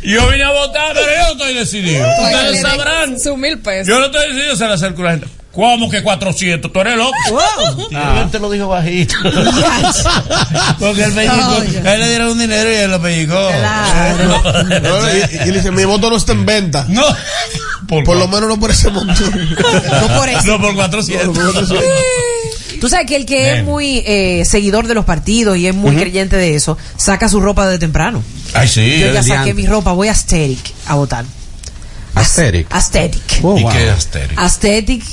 [SPEAKER 2] yo vine a votar, pero yo no estoy decidido.
[SPEAKER 7] Oiga,
[SPEAKER 2] Ustedes
[SPEAKER 7] le den
[SPEAKER 2] sabrán.
[SPEAKER 7] Sus mil pesos.
[SPEAKER 9] Yo no estoy decidido, se le acerca una gente. ¿Cómo que 400? Tú eres loco.
[SPEAKER 2] te lo dijo
[SPEAKER 4] *laughs*
[SPEAKER 2] bajito.
[SPEAKER 9] Porque él pellizcó.
[SPEAKER 4] Oye.
[SPEAKER 9] A él le dieron un dinero y él lo pellizcó.
[SPEAKER 2] *laughs*
[SPEAKER 4] Claro.
[SPEAKER 8] ¿no? Y, y- y le dice, mi voto no está en venta.
[SPEAKER 4] *laughs*
[SPEAKER 9] No.
[SPEAKER 8] Por lo menos no por ese montón.
[SPEAKER 4] No por eso.
[SPEAKER 9] No, por 400.
[SPEAKER 4] Tú sabes que el que es muy eh, seguidor de los partidos y es muy creyente de eso, saca su ropa de temprano.
[SPEAKER 2] Ay, sí.
[SPEAKER 4] Yo ya
[SPEAKER 3] el
[SPEAKER 4] saqué
[SPEAKER 3] diantre.
[SPEAKER 4] mi ropa, voy a Aesthetic a votar.
[SPEAKER 3] Aesthetic.
[SPEAKER 4] Aesthetic.
[SPEAKER 3] Oh,
[SPEAKER 2] ¿Y
[SPEAKER 3] wow.
[SPEAKER 2] qué astérico?
[SPEAKER 4] Aesthetic.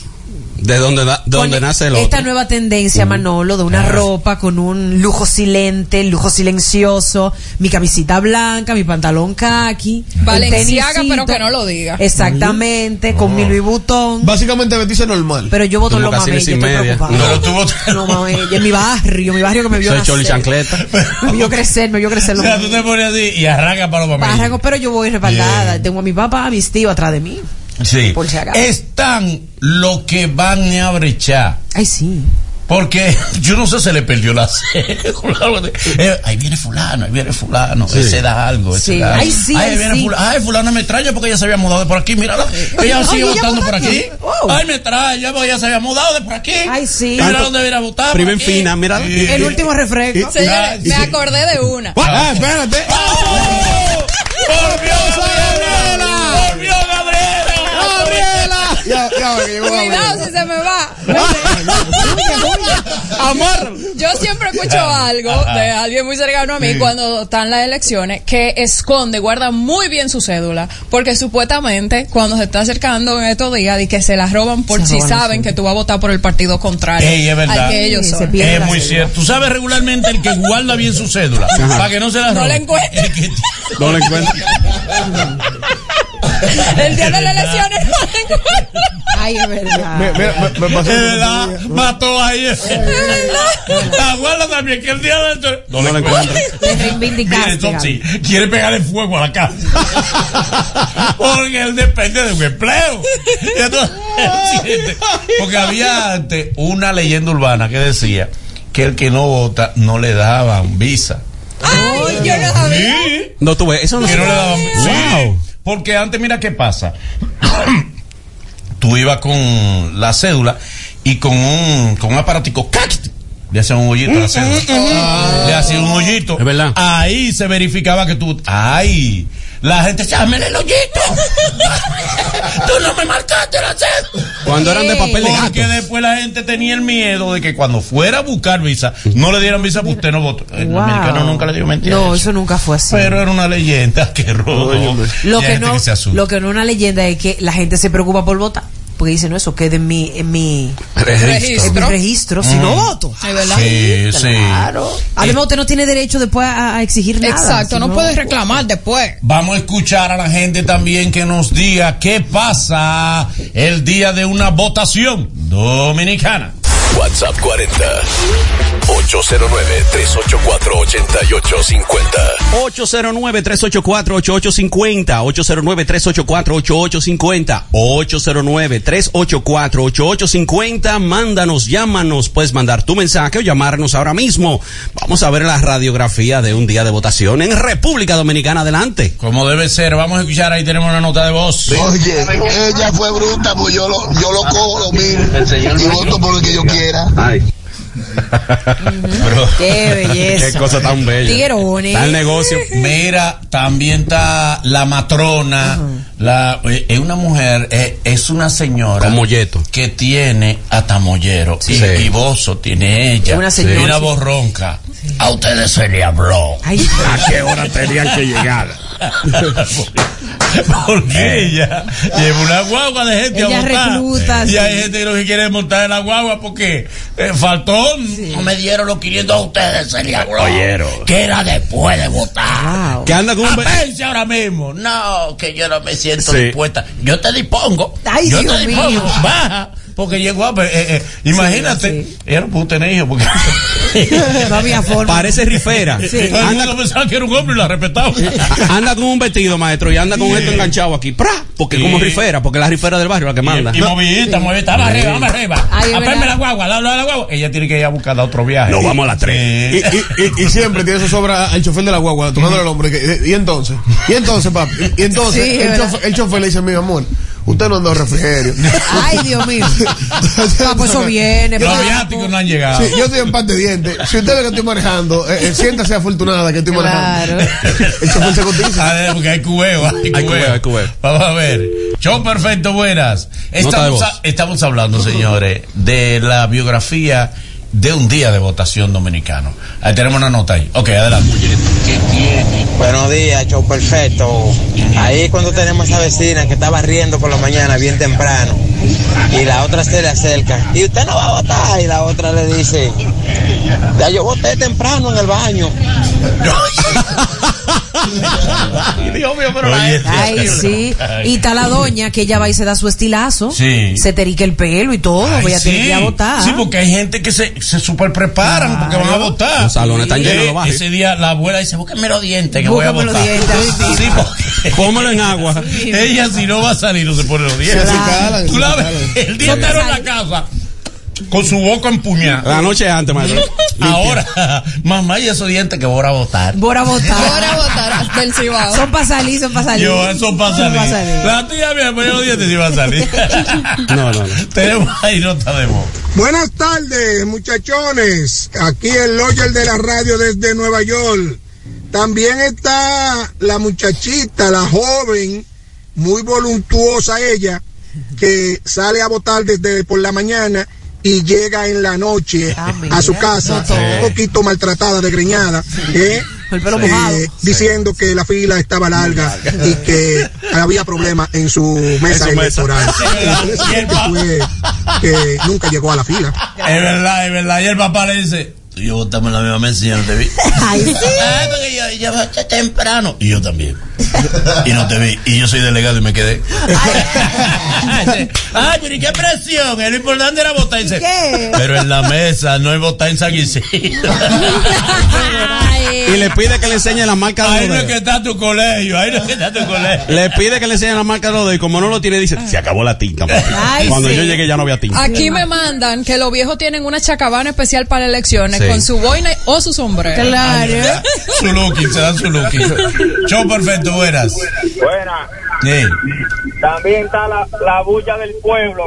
[SPEAKER 3] De donde, da- de donde
[SPEAKER 4] con
[SPEAKER 3] nace el
[SPEAKER 4] Esta
[SPEAKER 3] otro. Ah.
[SPEAKER 4] nueva tendencia, Manolo, de una ropa con un lujo silente, lujo silencioso, mi camisita blanca, mi pantalón khaki. el
[SPEAKER 7] Balenciaga,
[SPEAKER 4] tenisito.
[SPEAKER 7] pero que no lo diga.
[SPEAKER 4] Exactamente, con
[SPEAKER 3] Oh.
[SPEAKER 4] mi Louis Vuitton.
[SPEAKER 8] Básicamente vestirse normal.
[SPEAKER 4] Pero yo voto en los mameyes,
[SPEAKER 3] mocasines
[SPEAKER 4] yo
[SPEAKER 3] sin
[SPEAKER 4] estoy
[SPEAKER 3] media.
[SPEAKER 4] preocupada.
[SPEAKER 2] Pero tú votas-
[SPEAKER 4] No mameyes, en mi barrio, mi barrio que me vio
[SPEAKER 3] Soy choli
[SPEAKER 4] nacer.
[SPEAKER 3] chancleta.
[SPEAKER 4] Me vio crecer, me vio crecer
[SPEAKER 9] O
[SPEAKER 4] los
[SPEAKER 9] sea, tú te pones así y arranca para los mameyes.
[SPEAKER 4] párragos, pero yo voy respaldada. Tengo a mi papá, a mis tíos atrás de mí.
[SPEAKER 2] Sí.
[SPEAKER 4] Por si acaso.
[SPEAKER 2] Están los que van a brechar.
[SPEAKER 4] Ay, sí.
[SPEAKER 2] Porque *laughs* yo no sé, se le perdió la *laughs* cédula. algo así. Eh, ahí viene fulano, ahí viene fulano, ese da algo, ese
[SPEAKER 4] Sí.
[SPEAKER 2] da algo.
[SPEAKER 4] Ay, sí,
[SPEAKER 2] Ay,
[SPEAKER 4] ay,
[SPEAKER 2] viene
[SPEAKER 4] sí.
[SPEAKER 2] fulano, ay, fulano me trae porque ella se había mudado de por aquí, mírala. Ella
[SPEAKER 4] Ay,
[SPEAKER 2] sigue
[SPEAKER 4] ella
[SPEAKER 2] votando por
[SPEAKER 4] votando.
[SPEAKER 2] aquí.
[SPEAKER 4] Wow.
[SPEAKER 2] Ay, me trae porque ella se había mudado de por aquí.
[SPEAKER 4] Ay, sí.
[SPEAKER 2] Y mira
[SPEAKER 3] Tanto-
[SPEAKER 2] dónde viene a votar.
[SPEAKER 3] Prima
[SPEAKER 2] por
[SPEAKER 3] en
[SPEAKER 2] aquí.
[SPEAKER 3] fina, mira.
[SPEAKER 2] Sí.
[SPEAKER 4] El último refresco.
[SPEAKER 7] Señores, me acordé de una.
[SPEAKER 8] Ah, espérate.
[SPEAKER 2] ¡Oh! ¡Volvió Gabriela! ¡Volvió Gabriela!
[SPEAKER 8] ¡Gabriela! Ya, ya, que llegó
[SPEAKER 7] Cuidado
[SPEAKER 8] Gabriela.
[SPEAKER 7] si se me va.
[SPEAKER 8] Amor.
[SPEAKER 7] Yo siempre escucho algo de alguien muy cercano a mí cuando están las elecciones que esconde, guarda muy bien su cédula, porque supuestamente cuando se está acercando en estos días y que se las roban por
[SPEAKER 4] Se
[SPEAKER 7] si
[SPEAKER 4] roban la
[SPEAKER 7] saben que tú vas a votar por el partido contrario
[SPEAKER 2] Ey, es verdad.
[SPEAKER 7] al que ellos
[SPEAKER 4] Sí, se
[SPEAKER 7] son.
[SPEAKER 4] pierde.
[SPEAKER 2] Es
[SPEAKER 4] la
[SPEAKER 2] muy
[SPEAKER 4] cédula.
[SPEAKER 2] cierto. Tú sabes regularmente el que guarda bien su cédula. Para que no se la
[SPEAKER 7] No la
[SPEAKER 2] roben.
[SPEAKER 7] encuentra.
[SPEAKER 2] El que-
[SPEAKER 3] No lo encuentro.
[SPEAKER 7] *laughs* El día de las elecciones no la encuentran.
[SPEAKER 4] Ay, es verdad.
[SPEAKER 8] Me, mira, me, me
[SPEAKER 2] Es
[SPEAKER 8] pasó.
[SPEAKER 2] verdad, mató a ella. La guarda también, que el día del No,
[SPEAKER 3] No lo encuentro.
[SPEAKER 4] Te
[SPEAKER 2] Mire,
[SPEAKER 4] reivindicaste.
[SPEAKER 2] eso
[SPEAKER 4] Gaby.
[SPEAKER 2] sí, quiere pegarle fuego a
[SPEAKER 7] *laughs*
[SPEAKER 2] la casa. Porque él depende de un empleo. Y entonces, Porque había antes una leyenda urbana que decía que el que no vota no le daban visa.
[SPEAKER 7] Ay, yo no sabía.
[SPEAKER 2] Sí,
[SPEAKER 3] No tuve. Eso no
[SPEAKER 2] que
[SPEAKER 3] se
[SPEAKER 2] no le daban sí,
[SPEAKER 3] Wow.
[SPEAKER 2] Porque antes, mira qué pasa. *coughs* Tú ibas con la cédula y con un, con un aparatico ¡cac! Le hacían un hoyito a la cédula. Le hacían un hoyito.
[SPEAKER 3] Es verdad.
[SPEAKER 2] Ahí se verificaba que tú. ¡Ay! La gente decía, ¡Hámele el hoyito! *laughs* ¡Tú no me marcaste la cédula!
[SPEAKER 3] Cuando eran de papel de
[SPEAKER 2] Porque
[SPEAKER 3] gato.
[SPEAKER 2] después la gente tenía el miedo de que cuando fuera a buscar visa, no le dieran visa porque usted no votó. Eh, El
[SPEAKER 4] Wow.
[SPEAKER 2] americano nunca le dio mentira.
[SPEAKER 4] No, eso nunca fue así.
[SPEAKER 2] Pero era una leyenda *laughs* que rodó.
[SPEAKER 4] lo
[SPEAKER 2] Y hay
[SPEAKER 4] que,
[SPEAKER 2] gente
[SPEAKER 4] no,
[SPEAKER 2] se asusta.
[SPEAKER 4] lo que no es una leyenda es que la gente se preocupa por votar. Porque dicen, no, eso queda en mi, en mi, en mi
[SPEAKER 7] Registro.
[SPEAKER 4] registro, si no voto.
[SPEAKER 7] Es verdad.
[SPEAKER 2] Mm. Sí, sí.
[SPEAKER 4] Claro. Además, usted no tiene derecho después a, a exigir nada.
[SPEAKER 7] Exacto,
[SPEAKER 4] si
[SPEAKER 7] no puedes reclamar después.
[SPEAKER 2] Vamos a escuchar a la gente también que nos diga qué pasa el día de una votación dominicana.
[SPEAKER 10] WhatsApp 40 809 384 8850.
[SPEAKER 3] 809-384-8850. 809-384-8850. 809-384-8850. Mándanos, llámanos. Puedes mandar tu mensaje o llamarnos ahora mismo. Vamos a ver la radiografía de un día de votación en República Dominicana. Adelante.
[SPEAKER 2] Como debe ser, vamos a escuchar, ahí tenemos una nota de voz.
[SPEAKER 11] Oye, ella fue bruta, pues yo lo, yo lo cojo, lo miro y voto por el que yo quiera.
[SPEAKER 2] Pero-
[SPEAKER 4] Qué belleza.
[SPEAKER 3] cosa tan bella.
[SPEAKER 4] Tiguerones.
[SPEAKER 3] Está el negocio.
[SPEAKER 2] Mira, también está la matrona. la, eh, es una mujer, eh, es una señora.
[SPEAKER 3] Con molleto.
[SPEAKER 2] Que tiene hasta mollero.
[SPEAKER 3] Sí.
[SPEAKER 2] Y, y bozo tiene ella.
[SPEAKER 4] Una señora,
[SPEAKER 2] Y una
[SPEAKER 4] sí.
[SPEAKER 2] borronca. A ustedes se le habló.
[SPEAKER 4] Ay,
[SPEAKER 9] ¿A qué hora tenían que llegar?
[SPEAKER 2] *laughs* Porque ella lleva una guagua de gente
[SPEAKER 4] Ella
[SPEAKER 2] a montar.
[SPEAKER 4] recluta,
[SPEAKER 2] y
[SPEAKER 4] sí.
[SPEAKER 2] hay gente que lo que quiere es montar en la guagua porque eh, faltó. No me dieron los 500 a ustedes, Celia Globo,
[SPEAKER 3] Oyeron.
[SPEAKER 2] Que era después de
[SPEAKER 4] Ah.
[SPEAKER 2] votar.
[SPEAKER 3] Que anda con un be-
[SPEAKER 2] Apense ahora mismo. No, que yo no me siento
[SPEAKER 3] Sí.
[SPEAKER 2] dispuesta. Yo te dispongo.
[SPEAKER 4] Ay,
[SPEAKER 2] yo
[SPEAKER 4] Dios
[SPEAKER 2] te
[SPEAKER 4] mío.
[SPEAKER 2] dispongo. Baja. Porque llegó a. eh, eh, imagínate. Ella no pudo tener hijos porque. *laughs*
[SPEAKER 4] No había forma.
[SPEAKER 3] Parece rifera.
[SPEAKER 2] Todo el mundo pensaba que era un hombre y la respetaba.
[SPEAKER 3] *laughs* Anda con un vestido, maestro, y anda con esto enganchado aquí. ¡Pra! Porque como
[SPEAKER 2] Sí.
[SPEAKER 3] rifera, porque es la rifera del barrio la que manda.
[SPEAKER 2] Y movita, movita, vamos arriba, vamos arriba.
[SPEAKER 4] Ay, es
[SPEAKER 2] Apéame
[SPEAKER 4] verdad.
[SPEAKER 2] la guagua, la, la, la guagua. Ella tiene que ir a buscar a otro viaje.
[SPEAKER 3] No, vamos a las tres.
[SPEAKER 8] Y, y- y- y siempre tiene eso sobra al chofer de la guagua, tocándole el hombro. Y, que- y entonces, y entonces, papi, y, y entonces
[SPEAKER 4] Sí,
[SPEAKER 8] el,
[SPEAKER 4] ¿verdad?
[SPEAKER 8] chofer, el chofer le dice, mi amor, usted no anda al refrigerio.
[SPEAKER 4] Ay, Dios
[SPEAKER 2] *laughs*
[SPEAKER 4] mío. Ah, pues eso viene.
[SPEAKER 2] Los
[SPEAKER 4] papo.
[SPEAKER 2] viáticos no han llegado.
[SPEAKER 8] Sí, yo estoy en parte de dientes. Si usted ve que estoy manejando, eh, eh, siéntase afortunada que estoy manejando.
[SPEAKER 4] Claro.
[SPEAKER 8] *laughs* El chofer se cotiza.
[SPEAKER 2] A ver, porque hay cubeo, hay
[SPEAKER 3] Hay cubeo,
[SPEAKER 2] cubeo.
[SPEAKER 3] hay cubeo.
[SPEAKER 2] Vamos a ver. Show perfecto, buenas.
[SPEAKER 3] Nota de
[SPEAKER 2] Estamos,
[SPEAKER 3] voz.
[SPEAKER 2] a- estamos hablando, señores, de la biografía de un día de votación dominicano. Ahí tenemos una nota ahí. Ok, adelante.
[SPEAKER 9] Buenos días, show perfecto. Ahí es cuando tenemos esa vecina que estaba riendo por la mañana bien temprano y la otra se le acerca y usted no va a votar y la otra le dice, ya yo voté temprano en el baño.
[SPEAKER 2] *laughs* Dios mío, pero
[SPEAKER 12] Oye,
[SPEAKER 2] *laughs*
[SPEAKER 4] Ay, sí. Y está la doña que ella va y se da su estilazo.
[SPEAKER 2] Sí.
[SPEAKER 4] Se terica el pelo y todo. voy a tener que ir a votar.
[SPEAKER 2] Sí, porque hay gente que se, se super preparan porque van a votar. Eh,
[SPEAKER 3] Los salones están llenos, no bajes.
[SPEAKER 2] Ese día la abuela dice, búsqueme los dientes que voy a
[SPEAKER 4] Búscame
[SPEAKER 2] votar.
[SPEAKER 4] los dientes.
[SPEAKER 2] *laughs* Sí, porque
[SPEAKER 3] Pómelo en agua.
[SPEAKER 2] ella si no va a salir no se pone los dientes.
[SPEAKER 8] Se calan,
[SPEAKER 2] Tú
[SPEAKER 8] se
[SPEAKER 2] la ves,
[SPEAKER 8] calan.
[SPEAKER 2] el día entero en la casa con su boca empuñada.
[SPEAKER 3] La noche antes, maestro.
[SPEAKER 2] Ahora, *laughs* mamá y esos dientes que voy a votar.
[SPEAKER 4] Bora votar.
[SPEAKER 7] *laughs* Ahora votar del Cibao.
[SPEAKER 4] Son para salir, son para salir.
[SPEAKER 2] Yo, eso pasa
[SPEAKER 4] Son pa'
[SPEAKER 2] salir.
[SPEAKER 4] salir.
[SPEAKER 2] La tía mía me ponía los dientes y va a salir.
[SPEAKER 3] No, no, no.
[SPEAKER 2] Tenemos ahí nota de voz.
[SPEAKER 13] *laughs* Buenas tardes, muchachones. Aquí el Lawyer de la radio desde Nueva York. También está la muchachita, la joven, muy voluntuosa ella, que sale a votar desde por la mañana y llega en la noche
[SPEAKER 4] Ah, mira,
[SPEAKER 13] a su casa,
[SPEAKER 4] notó.
[SPEAKER 13] un poquito maltratada, desgreñada, ¿eh?
[SPEAKER 4] El pelo
[SPEAKER 13] Eh,
[SPEAKER 4] mojado.
[SPEAKER 13] diciendo que la fila estaba larga y que había problemas en su mesa
[SPEAKER 3] En su mesa.
[SPEAKER 13] electoral.
[SPEAKER 2] Sí,
[SPEAKER 13] Entonces,
[SPEAKER 2] y el pa-
[SPEAKER 13] fue que nunca llegó a la fila.
[SPEAKER 2] Es verdad, es verdad. Y el papá le dice, tú y yo votamos en la misma mesa y yo no te vi.
[SPEAKER 4] Ay, sí.
[SPEAKER 2] Ah, porque yo, yo voté temprano. Y yo también. Y no te vi. Y yo soy delegado y me quedé. Ay, pero ¿y qué presión? Eh, Lo importante era votar. Y dice,
[SPEAKER 4] ¿Qué?
[SPEAKER 2] Pero en la mesa no hay votar en San Isidro.
[SPEAKER 3] Y le pide que le enseñe la marca de
[SPEAKER 2] Ahí no
[SPEAKER 3] rodeo.
[SPEAKER 2] es que está tu colegio. Ahí no es que está tu colegio.
[SPEAKER 3] Le pide que le enseñe la marca de rodeo. Y como no lo tiene, dice, se acabó la tinta. papi".
[SPEAKER 4] Ay,
[SPEAKER 3] Cuando
[SPEAKER 4] sí. Ah,
[SPEAKER 3] yo llegué ya no había tinta.
[SPEAKER 7] Aquí me mandan que los viejos tienen una chacabana especial para elecciones
[SPEAKER 3] Sí.
[SPEAKER 7] con su boina o su sombrero.
[SPEAKER 4] Claro.
[SPEAKER 2] Su looking, se dan su looking. Show perfecto, buenas.
[SPEAKER 14] Buena.
[SPEAKER 2] Sí.
[SPEAKER 14] También está la, la bulla del pueblo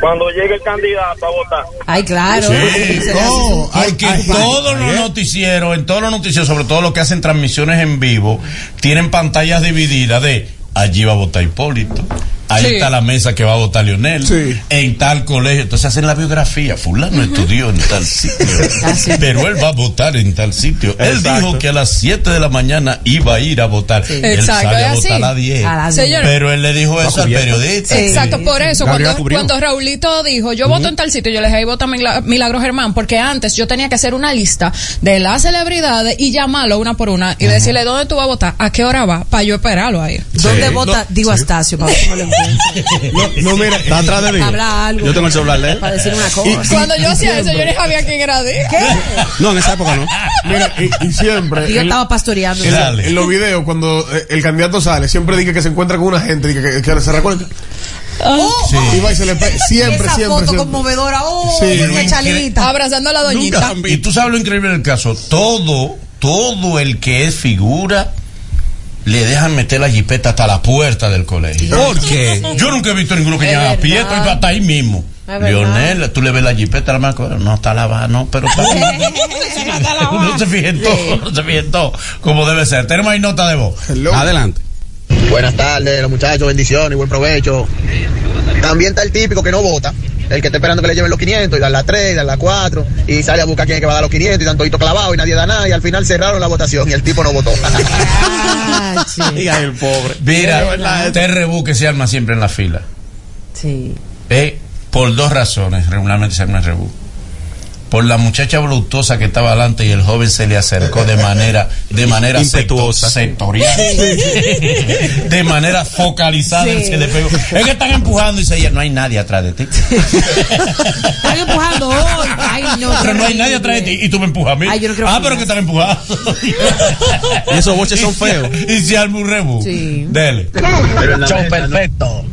[SPEAKER 14] cuando llegue el candidato a votar.
[SPEAKER 4] Ay, claro.
[SPEAKER 2] Sí,
[SPEAKER 4] Se le hace su-
[SPEAKER 2] Porque todos
[SPEAKER 7] ¿eh?
[SPEAKER 2] los noticieros, en todos los noticieros, sobre todo los que hacen transmisiones en vivo, tienen pantallas divididas de allí va a votar Hipólito. Ahí
[SPEAKER 7] Sí.
[SPEAKER 2] está la mesa que va a votar Lionel.
[SPEAKER 8] Sí.
[SPEAKER 2] En tal colegio. Entonces hacen la biografía. Fulano estudió en tal sitio.
[SPEAKER 4] Así.
[SPEAKER 2] pero él va a votar en tal sitio. Él
[SPEAKER 3] Exacto.
[SPEAKER 2] dijo que a las 7 de la mañana iba a ir a votar. Él
[SPEAKER 7] Exacto,
[SPEAKER 2] sale a
[SPEAKER 7] es así.
[SPEAKER 2] votar a las 10.
[SPEAKER 4] A las
[SPEAKER 7] Señor.
[SPEAKER 2] Pero él le dijo eso al
[SPEAKER 3] cubierto.
[SPEAKER 2] periodista.
[SPEAKER 4] Sí.
[SPEAKER 7] Exacto, por eso
[SPEAKER 3] Gabriela
[SPEAKER 7] cuando,
[SPEAKER 3] cubrió.
[SPEAKER 7] cuando Raulito dijo, yo voto en tal sitio, yo le dije, ahí vota Mila- Milagro Germán, porque antes yo tenía que hacer una lista de las celebridades y llamarlo una por una y decirle dónde tú vas a votar, a qué hora va, para yo esperarlo ahí.
[SPEAKER 4] ¿Dónde vota? Digo Astacio, para que no lo encuentre.
[SPEAKER 3] No, no, mira, está atrás de mí.
[SPEAKER 4] Habla algo.
[SPEAKER 3] Yo tengo el celular de él.
[SPEAKER 4] Para decir una cosa.
[SPEAKER 7] Cuando yo hacía eso, yo no sabía quién era de
[SPEAKER 3] No, en esa época no.
[SPEAKER 8] Mira, y, y siempre.
[SPEAKER 4] Y yo
[SPEAKER 8] en-
[SPEAKER 4] estaba pastoreando.
[SPEAKER 8] En, la-
[SPEAKER 2] Dale.
[SPEAKER 8] en los videos, cuando eh, el candidato sale, siempre dice que se encuentra con una gente dice que, que se recuerda.
[SPEAKER 7] Ah,
[SPEAKER 4] Oh,
[SPEAKER 8] Y va y se le pega. Siempre,
[SPEAKER 4] esa
[SPEAKER 8] siempre.
[SPEAKER 4] foto
[SPEAKER 8] siempre.
[SPEAKER 4] conmovedora. Oh,
[SPEAKER 8] Sí.
[SPEAKER 4] una chalita.
[SPEAKER 7] Abrazando a la doñita.
[SPEAKER 2] Nunca. Y tú sabes lo increíble del caso. Todo, todo el que es figura le dejan meter la jipeta hasta la puerta del colegio.
[SPEAKER 3] ¿Por qué?
[SPEAKER 2] Yo nunca he visto ninguno que
[SPEAKER 4] Es
[SPEAKER 2] llega a
[SPEAKER 4] verdad.
[SPEAKER 2] pie, esto iba hasta ahí mismo.
[SPEAKER 4] Es verdad.
[SPEAKER 2] Leonel, tú le ves la jipeta al marco, no está lavada, no,
[SPEAKER 4] *laughs*
[SPEAKER 2] pero está *laughs* Uno se fija en todo, uno se fija en todo, como debe ser. Tenemos ahí nota de voz.
[SPEAKER 8] Hello.
[SPEAKER 3] Adelante.
[SPEAKER 9] Buenas tardes, los muchachos, bendiciones, buen provecho. También está el típico que no vota,
[SPEAKER 12] el que está esperando que le lleven los 500 y dan las 3 y dan las 4 y sale a buscar quién es que va a dar los 500 y dan todito clavado y nadie da nada y al final cerraron la votación y el tipo no votó.
[SPEAKER 4] Ah, *laughs*
[SPEAKER 2] Y el pobre. Mira, te rebuque se arma siempre en la fila.
[SPEAKER 4] Sí.
[SPEAKER 2] Eh, por dos razones, regularmente se arma el rebu. Por la muchacha voluptuosa que estaba adelante y el joven se le acercó de manera, de manera
[SPEAKER 9] Impetuosa.
[SPEAKER 2] secto-
[SPEAKER 4] *laughs*
[SPEAKER 2] sectorial. de manera focalizada,
[SPEAKER 4] Sí.
[SPEAKER 2] él se le pegó. Es que están empujando y dice ella, no hay nadie atrás de ti.
[SPEAKER 4] Están empujando hoy. Ay, no.
[SPEAKER 2] pero no hay nadie atrás de ti y tú me empujas a mí.
[SPEAKER 4] Ay, yo no creo
[SPEAKER 2] ah,
[SPEAKER 4] que
[SPEAKER 2] pero que están empujando. y
[SPEAKER 9] *laughs* esos boches son
[SPEAKER 2] se-
[SPEAKER 9] feos.
[SPEAKER 2] Y se arma un rebu.
[SPEAKER 4] Sí.
[SPEAKER 2] Dele.
[SPEAKER 12] Show perfecto.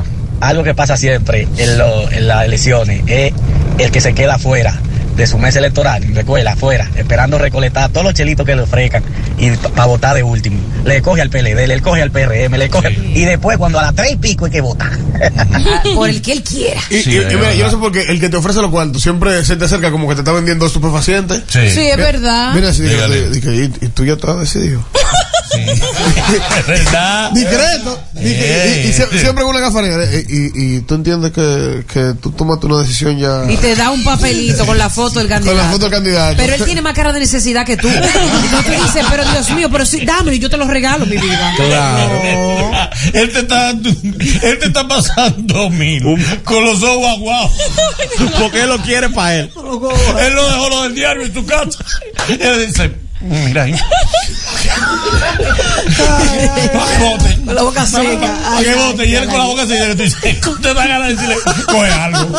[SPEAKER 12] *laughs* Algo que pasa siempre en, lo- en las elecciones es el que se queda afuera de su mesa electoral, recuerda, afuera, esperando recolectar todos los chelitos que le ofrezcan y para votar de último. Le coge al PLD, le coge al PRM, le coge. Y después, cuando a las tres y pico es que vota.
[SPEAKER 4] Ah, Por el que él quiera.
[SPEAKER 8] Y, y- y mira, yo no sé por qué el que te ofrece los cuantos siempre se te acerca como que te está vendiendo estupefacientes.
[SPEAKER 2] Sí.
[SPEAKER 4] Sí, es verdad.
[SPEAKER 8] Mira, si digo,
[SPEAKER 2] Dígale.
[SPEAKER 8] di- di- y, y tú ya estás decidido.
[SPEAKER 2] ¿Verdad?
[SPEAKER 8] Discreto. Di-
[SPEAKER 2] Ey.
[SPEAKER 8] Y, y sie- siempre con una gafanía. de- Y, y- y tú entiendes que, que tú tomaste una decisión ya.
[SPEAKER 4] Y te da un papelito con la foto del candidato.
[SPEAKER 8] Con la foto del candidato.
[SPEAKER 4] Pero él tiene más cara de necesidad que tú.
[SPEAKER 8] *laughs*
[SPEAKER 4] No tú dices, pero Dios mío, pero sí, dámelo y yo te lo regalo, mi vida.
[SPEAKER 2] Él te está dando- él te está pasando mil con los ojos aguados.
[SPEAKER 9] Porque él lo quiere para él.
[SPEAKER 2] Él lo dejó lo del diario en tu casa. Él dice, mira ahí. Pa' que vote.
[SPEAKER 4] Con la boca seca.
[SPEAKER 2] Pa' que vote. Y él con la boca se dice, tú dices, "Tú te da ganas de decirle, coge algo.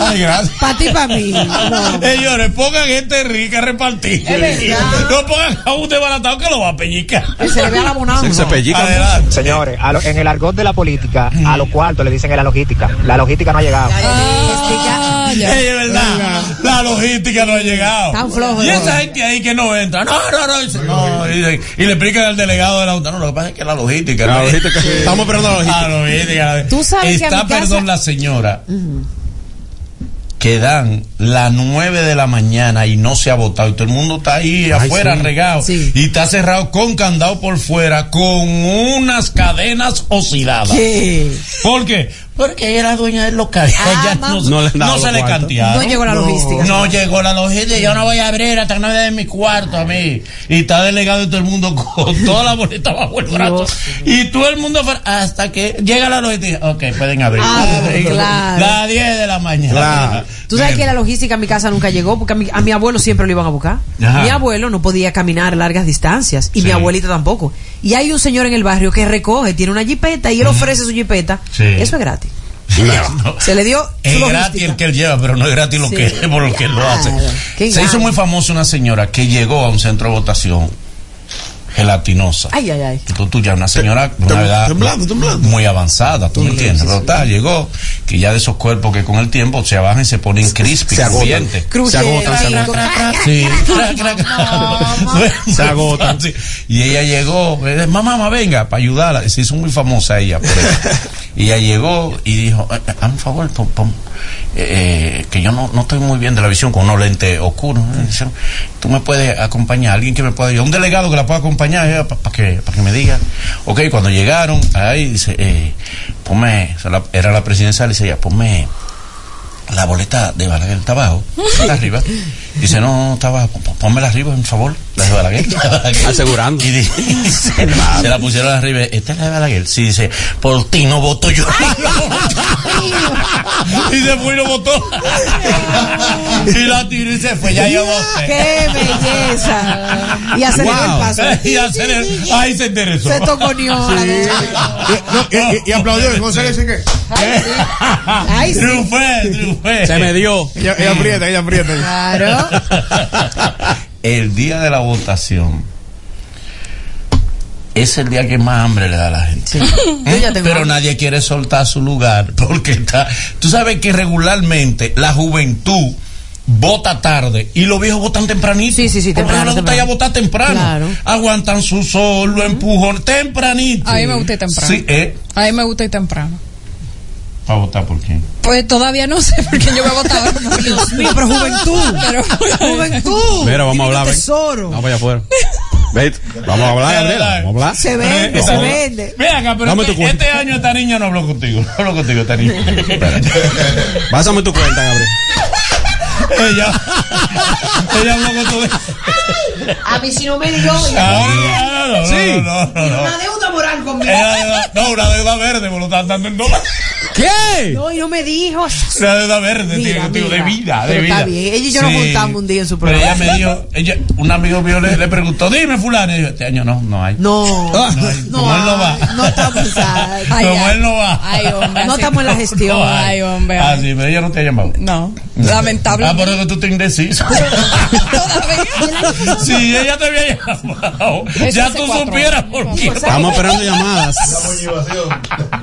[SPEAKER 2] Ay, gracias.
[SPEAKER 4] Para ti, para mí. No.
[SPEAKER 2] Señores, pongan gente rica a repartir.
[SPEAKER 4] Es verdad.
[SPEAKER 2] *laughs* No pongan a un desbaratado que lo va a pellicar.
[SPEAKER 4] Que se le vea la bonanza.
[SPEAKER 2] Adelante.
[SPEAKER 12] Señores, a lo- en el argot de la política, a los cuartos le dicen que la logística. La logística no ha llegado.
[SPEAKER 4] Ah, ya.
[SPEAKER 2] Ey, es verdad. La logística no ha llegado.
[SPEAKER 4] Tan flojo,
[SPEAKER 2] Y
[SPEAKER 4] ¿no?
[SPEAKER 2] esa gente ahí que no entra. No, no, no. dice, no, y, dice- y le explican al delegado de la junta. No, lo que pasa es que la logística.
[SPEAKER 9] La
[SPEAKER 2] ¿no?
[SPEAKER 9] logística. Estamos esperando la logística.
[SPEAKER 2] La logística.
[SPEAKER 4] Tú sabes que a
[SPEAKER 2] Está,
[SPEAKER 4] mi casa-
[SPEAKER 2] perdón, la señora. Que dan las 9 de la mañana y no se ha votado. Y todo el mundo está ahí afuera
[SPEAKER 4] sí.
[SPEAKER 2] regado.
[SPEAKER 4] Sí.
[SPEAKER 2] Y está cerrado con candado por fuera, con unas cadenas oxidadas.
[SPEAKER 4] ¿Qué?
[SPEAKER 2] ¿Por qué? Porque era dueña del local. Pues
[SPEAKER 4] Ah,
[SPEAKER 2] Ya
[SPEAKER 4] mamá.
[SPEAKER 2] no,
[SPEAKER 9] No le han dado
[SPEAKER 2] no se
[SPEAKER 9] los
[SPEAKER 2] le
[SPEAKER 9] cuartos.
[SPEAKER 2] cantearon.
[SPEAKER 4] No llegó la logística.
[SPEAKER 2] No llegó la logística. Yo no voy a abrir hasta que no me den mi cuarto a mí. Y está delegado de todo el mundo
[SPEAKER 9] *laughs*
[SPEAKER 2] con toda la boleta bajo el brazo. Y todo el mundo afuera, hasta que llega la logística. Ok, pueden abrir.
[SPEAKER 4] Ah,
[SPEAKER 2] Abrir.
[SPEAKER 4] claro.
[SPEAKER 2] Las 10 de la mañana.
[SPEAKER 4] Tú sabes que la logística en mi casa nunca llegó porque a mi, a mi abuelo siempre lo iban a buscar.
[SPEAKER 2] Ajá.
[SPEAKER 4] Mi abuelo no podía caminar largas distancias y mi abuelita tampoco. Y hay un señor en el barrio que recoge, tiene una jipeta y él ofrece su jipeta.
[SPEAKER 2] Sí.
[SPEAKER 4] Eso es gratis.
[SPEAKER 2] *laughs*
[SPEAKER 4] Se le dio su
[SPEAKER 2] Es gratis
[SPEAKER 4] logística.
[SPEAKER 2] el que él lleva, pero no es gratis lo
[SPEAKER 4] Sí.
[SPEAKER 2] que *laughs* por lo que él lo hace.
[SPEAKER 4] Claro. Qué
[SPEAKER 2] Se hizo
[SPEAKER 4] gana.
[SPEAKER 2] muy famosa una señora que llegó a un centro de votación gelatinosa.
[SPEAKER 4] Ay, ay, ay.
[SPEAKER 2] Tú, tú ya una señora de una
[SPEAKER 8] tem-
[SPEAKER 2] edad
[SPEAKER 8] temblando, temblando.
[SPEAKER 2] muy avanzada, tú me entiendes. Pero tal, llegó que ya de esos cuerpos que con el tiempo se bajan y se ponen crispy,
[SPEAKER 9] se agotan.
[SPEAKER 2] crujientes.
[SPEAKER 4] Cruje,
[SPEAKER 9] Se agotan, se
[SPEAKER 4] ahí,
[SPEAKER 9] agotan.
[SPEAKER 4] crac, crac,
[SPEAKER 2] Sí.
[SPEAKER 4] crac, crac, crac. No,
[SPEAKER 2] No es *laughs* muy
[SPEAKER 9] agotan.
[SPEAKER 2] fácil. Y ella llegó, eh, mamá, mamá, venga, para ayudarla. Se hizo muy famosa ella por eso.
[SPEAKER 4] *laughs*
[SPEAKER 2] Y ella llegó y dijo, "Eh, eh, hazme un favor, pon- pon, eh, que yo no, no estoy muy bien de la visión con unos lentes oscuros. ¿no? Dice, Tú me puedes acompañar, alguien que me pueda ayudar, un delegado que la pueda acompañar, para que, pa' que me diga. Ok, cuando llegaron, ahí dice, eh, ponme, o sea, la- era la presidencial, dice ella, ponme la boleta de Balaguer está abajo, está arriba. Dice, no, no, está abajo, Pon- pónmela arriba, por favor, la de Balaguer. la de Balaguer.
[SPEAKER 9] Asegurando.
[SPEAKER 2] Y *laughs* dice, se la pusieron arriba, esta es la de Balaguer. Sí, dice, por ti no voto yo. *laughs* y se fue y no votó. y la tiró y se fue, ya yo voté.
[SPEAKER 4] ¡Qué belleza! Y aceleró
[SPEAKER 9] Wow.
[SPEAKER 4] el paso.
[SPEAKER 2] *laughs* Y hacer- ahí se interesó.
[SPEAKER 4] Se toconeó.
[SPEAKER 8] Y, no, y- y- y aplaudió. ¿Cómo se le dice qué?
[SPEAKER 4] Ay, sí.
[SPEAKER 2] Triunfé, triunfé.
[SPEAKER 9] Se me dio.
[SPEAKER 8] Ella, ella aprieta, ella aprieta.
[SPEAKER 4] Claro.
[SPEAKER 2] *laughs* el día de la votación es el día que más hambre le da a la gente.
[SPEAKER 4] Sí.
[SPEAKER 2] ¿Eh?
[SPEAKER 4] *laughs* Yo ya tengo
[SPEAKER 2] Pero
[SPEAKER 4] hambre.
[SPEAKER 2] nadie quiere soltar su lugar porque está. Tú sabes que regularmente la juventud vota tarde y los viejos votan tempranito.
[SPEAKER 4] Sí, sí, sí,
[SPEAKER 2] Porque
[SPEAKER 4] temprano,
[SPEAKER 2] no les gusta
[SPEAKER 4] temprano.
[SPEAKER 2] ya votar temprano.
[SPEAKER 4] Claro.
[SPEAKER 2] Aguantan su sol, lo empujan tempranito.
[SPEAKER 7] A mí me gusta ir temprano.
[SPEAKER 2] Sí, eh.
[SPEAKER 7] A mí me gusta ir temprano.
[SPEAKER 2] ¿Para votar por quién?
[SPEAKER 7] Pues todavía no sé porque yo voy a votar
[SPEAKER 4] *laughs*
[SPEAKER 7] ahora. porque-
[SPEAKER 4] Dios mío, pero juventud.
[SPEAKER 7] *laughs* Pero-
[SPEAKER 4] *laughs* Juventud.
[SPEAKER 9] Mira, vamos
[SPEAKER 4] Tiene
[SPEAKER 9] a hablar.
[SPEAKER 4] un
[SPEAKER 9] ven.
[SPEAKER 4] Tesoro.
[SPEAKER 9] Vamos allá afuera.
[SPEAKER 3] ¿Ves? Vamos a hablar, Gabriela. Vamos a hablar.
[SPEAKER 4] Se vende,
[SPEAKER 3] Vamos
[SPEAKER 4] se
[SPEAKER 3] a hablar.
[SPEAKER 4] vende.
[SPEAKER 2] Eh, Ven acá, pero
[SPEAKER 3] Dame
[SPEAKER 2] este,
[SPEAKER 3] tu cuenta.
[SPEAKER 2] este año esta niña no habló contigo. No habló contigo
[SPEAKER 4] *laughs*
[SPEAKER 2] esta niña.
[SPEAKER 3] Pásame tu cuenta, Gabriel.
[SPEAKER 2] ella, ella habló con tu.
[SPEAKER 4] A mí si no me dio.
[SPEAKER 9] Ah.
[SPEAKER 2] Ahora, no, no,
[SPEAKER 3] Sí.
[SPEAKER 2] no, no, no, no.
[SPEAKER 4] deuda pues, moral conmigo.
[SPEAKER 2] Era deuda- no, una deuda verde, porque lo están dando en dólares.
[SPEAKER 3] ¿Qué?
[SPEAKER 4] No, y no me dijo.
[SPEAKER 2] Una deuda verde,
[SPEAKER 4] Mira,
[SPEAKER 2] tío, tío, de
[SPEAKER 4] mira.
[SPEAKER 2] vida, de
[SPEAKER 4] Pero
[SPEAKER 2] vida.
[SPEAKER 4] está bien, ella y yo nos juntamos un día en su
[SPEAKER 2] Pero ella
[SPEAKER 4] programa.
[SPEAKER 2] me dijo, ella, un amigo mío le, le preguntó, dime fulano, y yo, este año no, no hay.
[SPEAKER 4] No,
[SPEAKER 2] *laughs* no, como él no va.
[SPEAKER 4] No estamos, ay,
[SPEAKER 2] *laughs* Como
[SPEAKER 4] ay.
[SPEAKER 2] él no va.
[SPEAKER 7] Ay, hombre.
[SPEAKER 4] No
[SPEAKER 7] así-
[SPEAKER 4] estamos en la gestión.
[SPEAKER 2] No hay.
[SPEAKER 7] Ay, hombre.
[SPEAKER 2] Ah, sí, pero ella no te ha llamado.
[SPEAKER 7] No, lamentable.
[SPEAKER 2] Ah, por eso tú te
[SPEAKER 7] *laughs*
[SPEAKER 2] indeciso. *laughs* Si ella te había llamado,
[SPEAKER 7] Eso
[SPEAKER 2] ya
[SPEAKER 7] hace
[SPEAKER 2] tú
[SPEAKER 7] cuatro
[SPEAKER 2] supieras
[SPEAKER 7] años. Pues,
[SPEAKER 2] por qué.
[SPEAKER 3] Estamos esperando llamadas.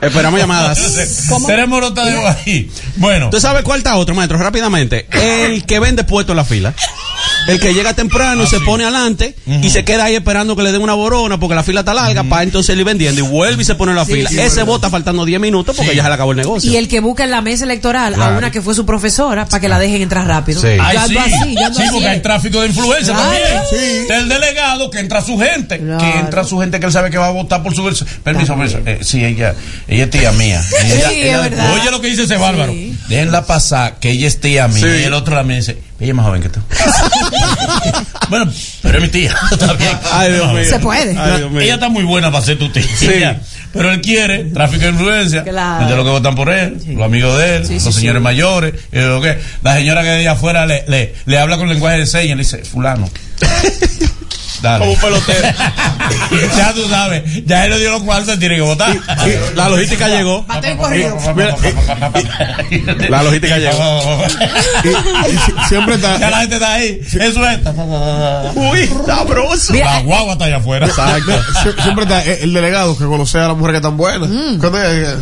[SPEAKER 3] Esperamos llamadas.
[SPEAKER 2] Tenemos nota de voz ahí. Bueno.
[SPEAKER 3] ¿Tú sabes cuál está otro, maestro? Rápidamente. El que vende puesto en la fila. El que llega temprano
[SPEAKER 2] Ah,
[SPEAKER 3] y se pone adelante y se queda ahí esperando que le den una borona porque la fila está larga para entonces ir vendiendo y vuelve y se pone en la fila. Ese vota faltando 10 minutos porque ya se le acabó el negocio.
[SPEAKER 4] Y el que busca en la mesa electoral a
[SPEAKER 3] Claro.
[SPEAKER 4] una que fue su profesora para que la dejen entrar rápido.
[SPEAKER 3] Sí.
[SPEAKER 4] Yo
[SPEAKER 2] Ay,
[SPEAKER 4] ando
[SPEAKER 2] sí,
[SPEAKER 4] así, yo ando
[SPEAKER 2] sí,
[SPEAKER 4] así.
[SPEAKER 2] porque hay tráfico de influencia
[SPEAKER 4] Claro.
[SPEAKER 2] también. Del delegado que entra su gente, que entra su gente que él sabe que va a votar por su verso. Permiso, permiso. Eh, sí, ella, ella es tía mía.
[SPEAKER 4] es
[SPEAKER 2] Ella- ella-
[SPEAKER 4] verdad.
[SPEAKER 2] oye lo que dice ese bárbaro. Déjenla pasar, que ella es tía mía. Y el otro la mía dice, ella es más joven que tú. *laughs* bueno, pero es mi tía. *laughs* Está bien.
[SPEAKER 3] Ay, Dios mío.
[SPEAKER 4] Se puede.
[SPEAKER 3] Ay, Dios mío.
[SPEAKER 2] Ella está muy buena para ser tu tía. *laughs* Pero él quiere tráfico de influencia.
[SPEAKER 4] Claro.
[SPEAKER 2] Gente lo que votan por él, los amigos de él, los señores mayores. y lo que- la señora que de allá afuera le, le, le habla con lenguaje de señas y le dice,
[SPEAKER 3] *laughs*
[SPEAKER 2] fulano. Dale.
[SPEAKER 3] Como un pelotero.
[SPEAKER 2] *laughs* ya tú sabes, ya él le dio los cuartos, él tiene que votar.
[SPEAKER 3] La logística llegó.
[SPEAKER 2] *laughs*
[SPEAKER 3] La logística llegó.
[SPEAKER 8] Siempre está.
[SPEAKER 2] Ya la gente está ahí. Eso es.
[SPEAKER 3] Uy, sabroso.
[SPEAKER 2] La guagua está allá afuera.
[SPEAKER 8] Exacto. Sie- Siempre está el el delegado que conoce a la mujer que tan buena. Cuando ella-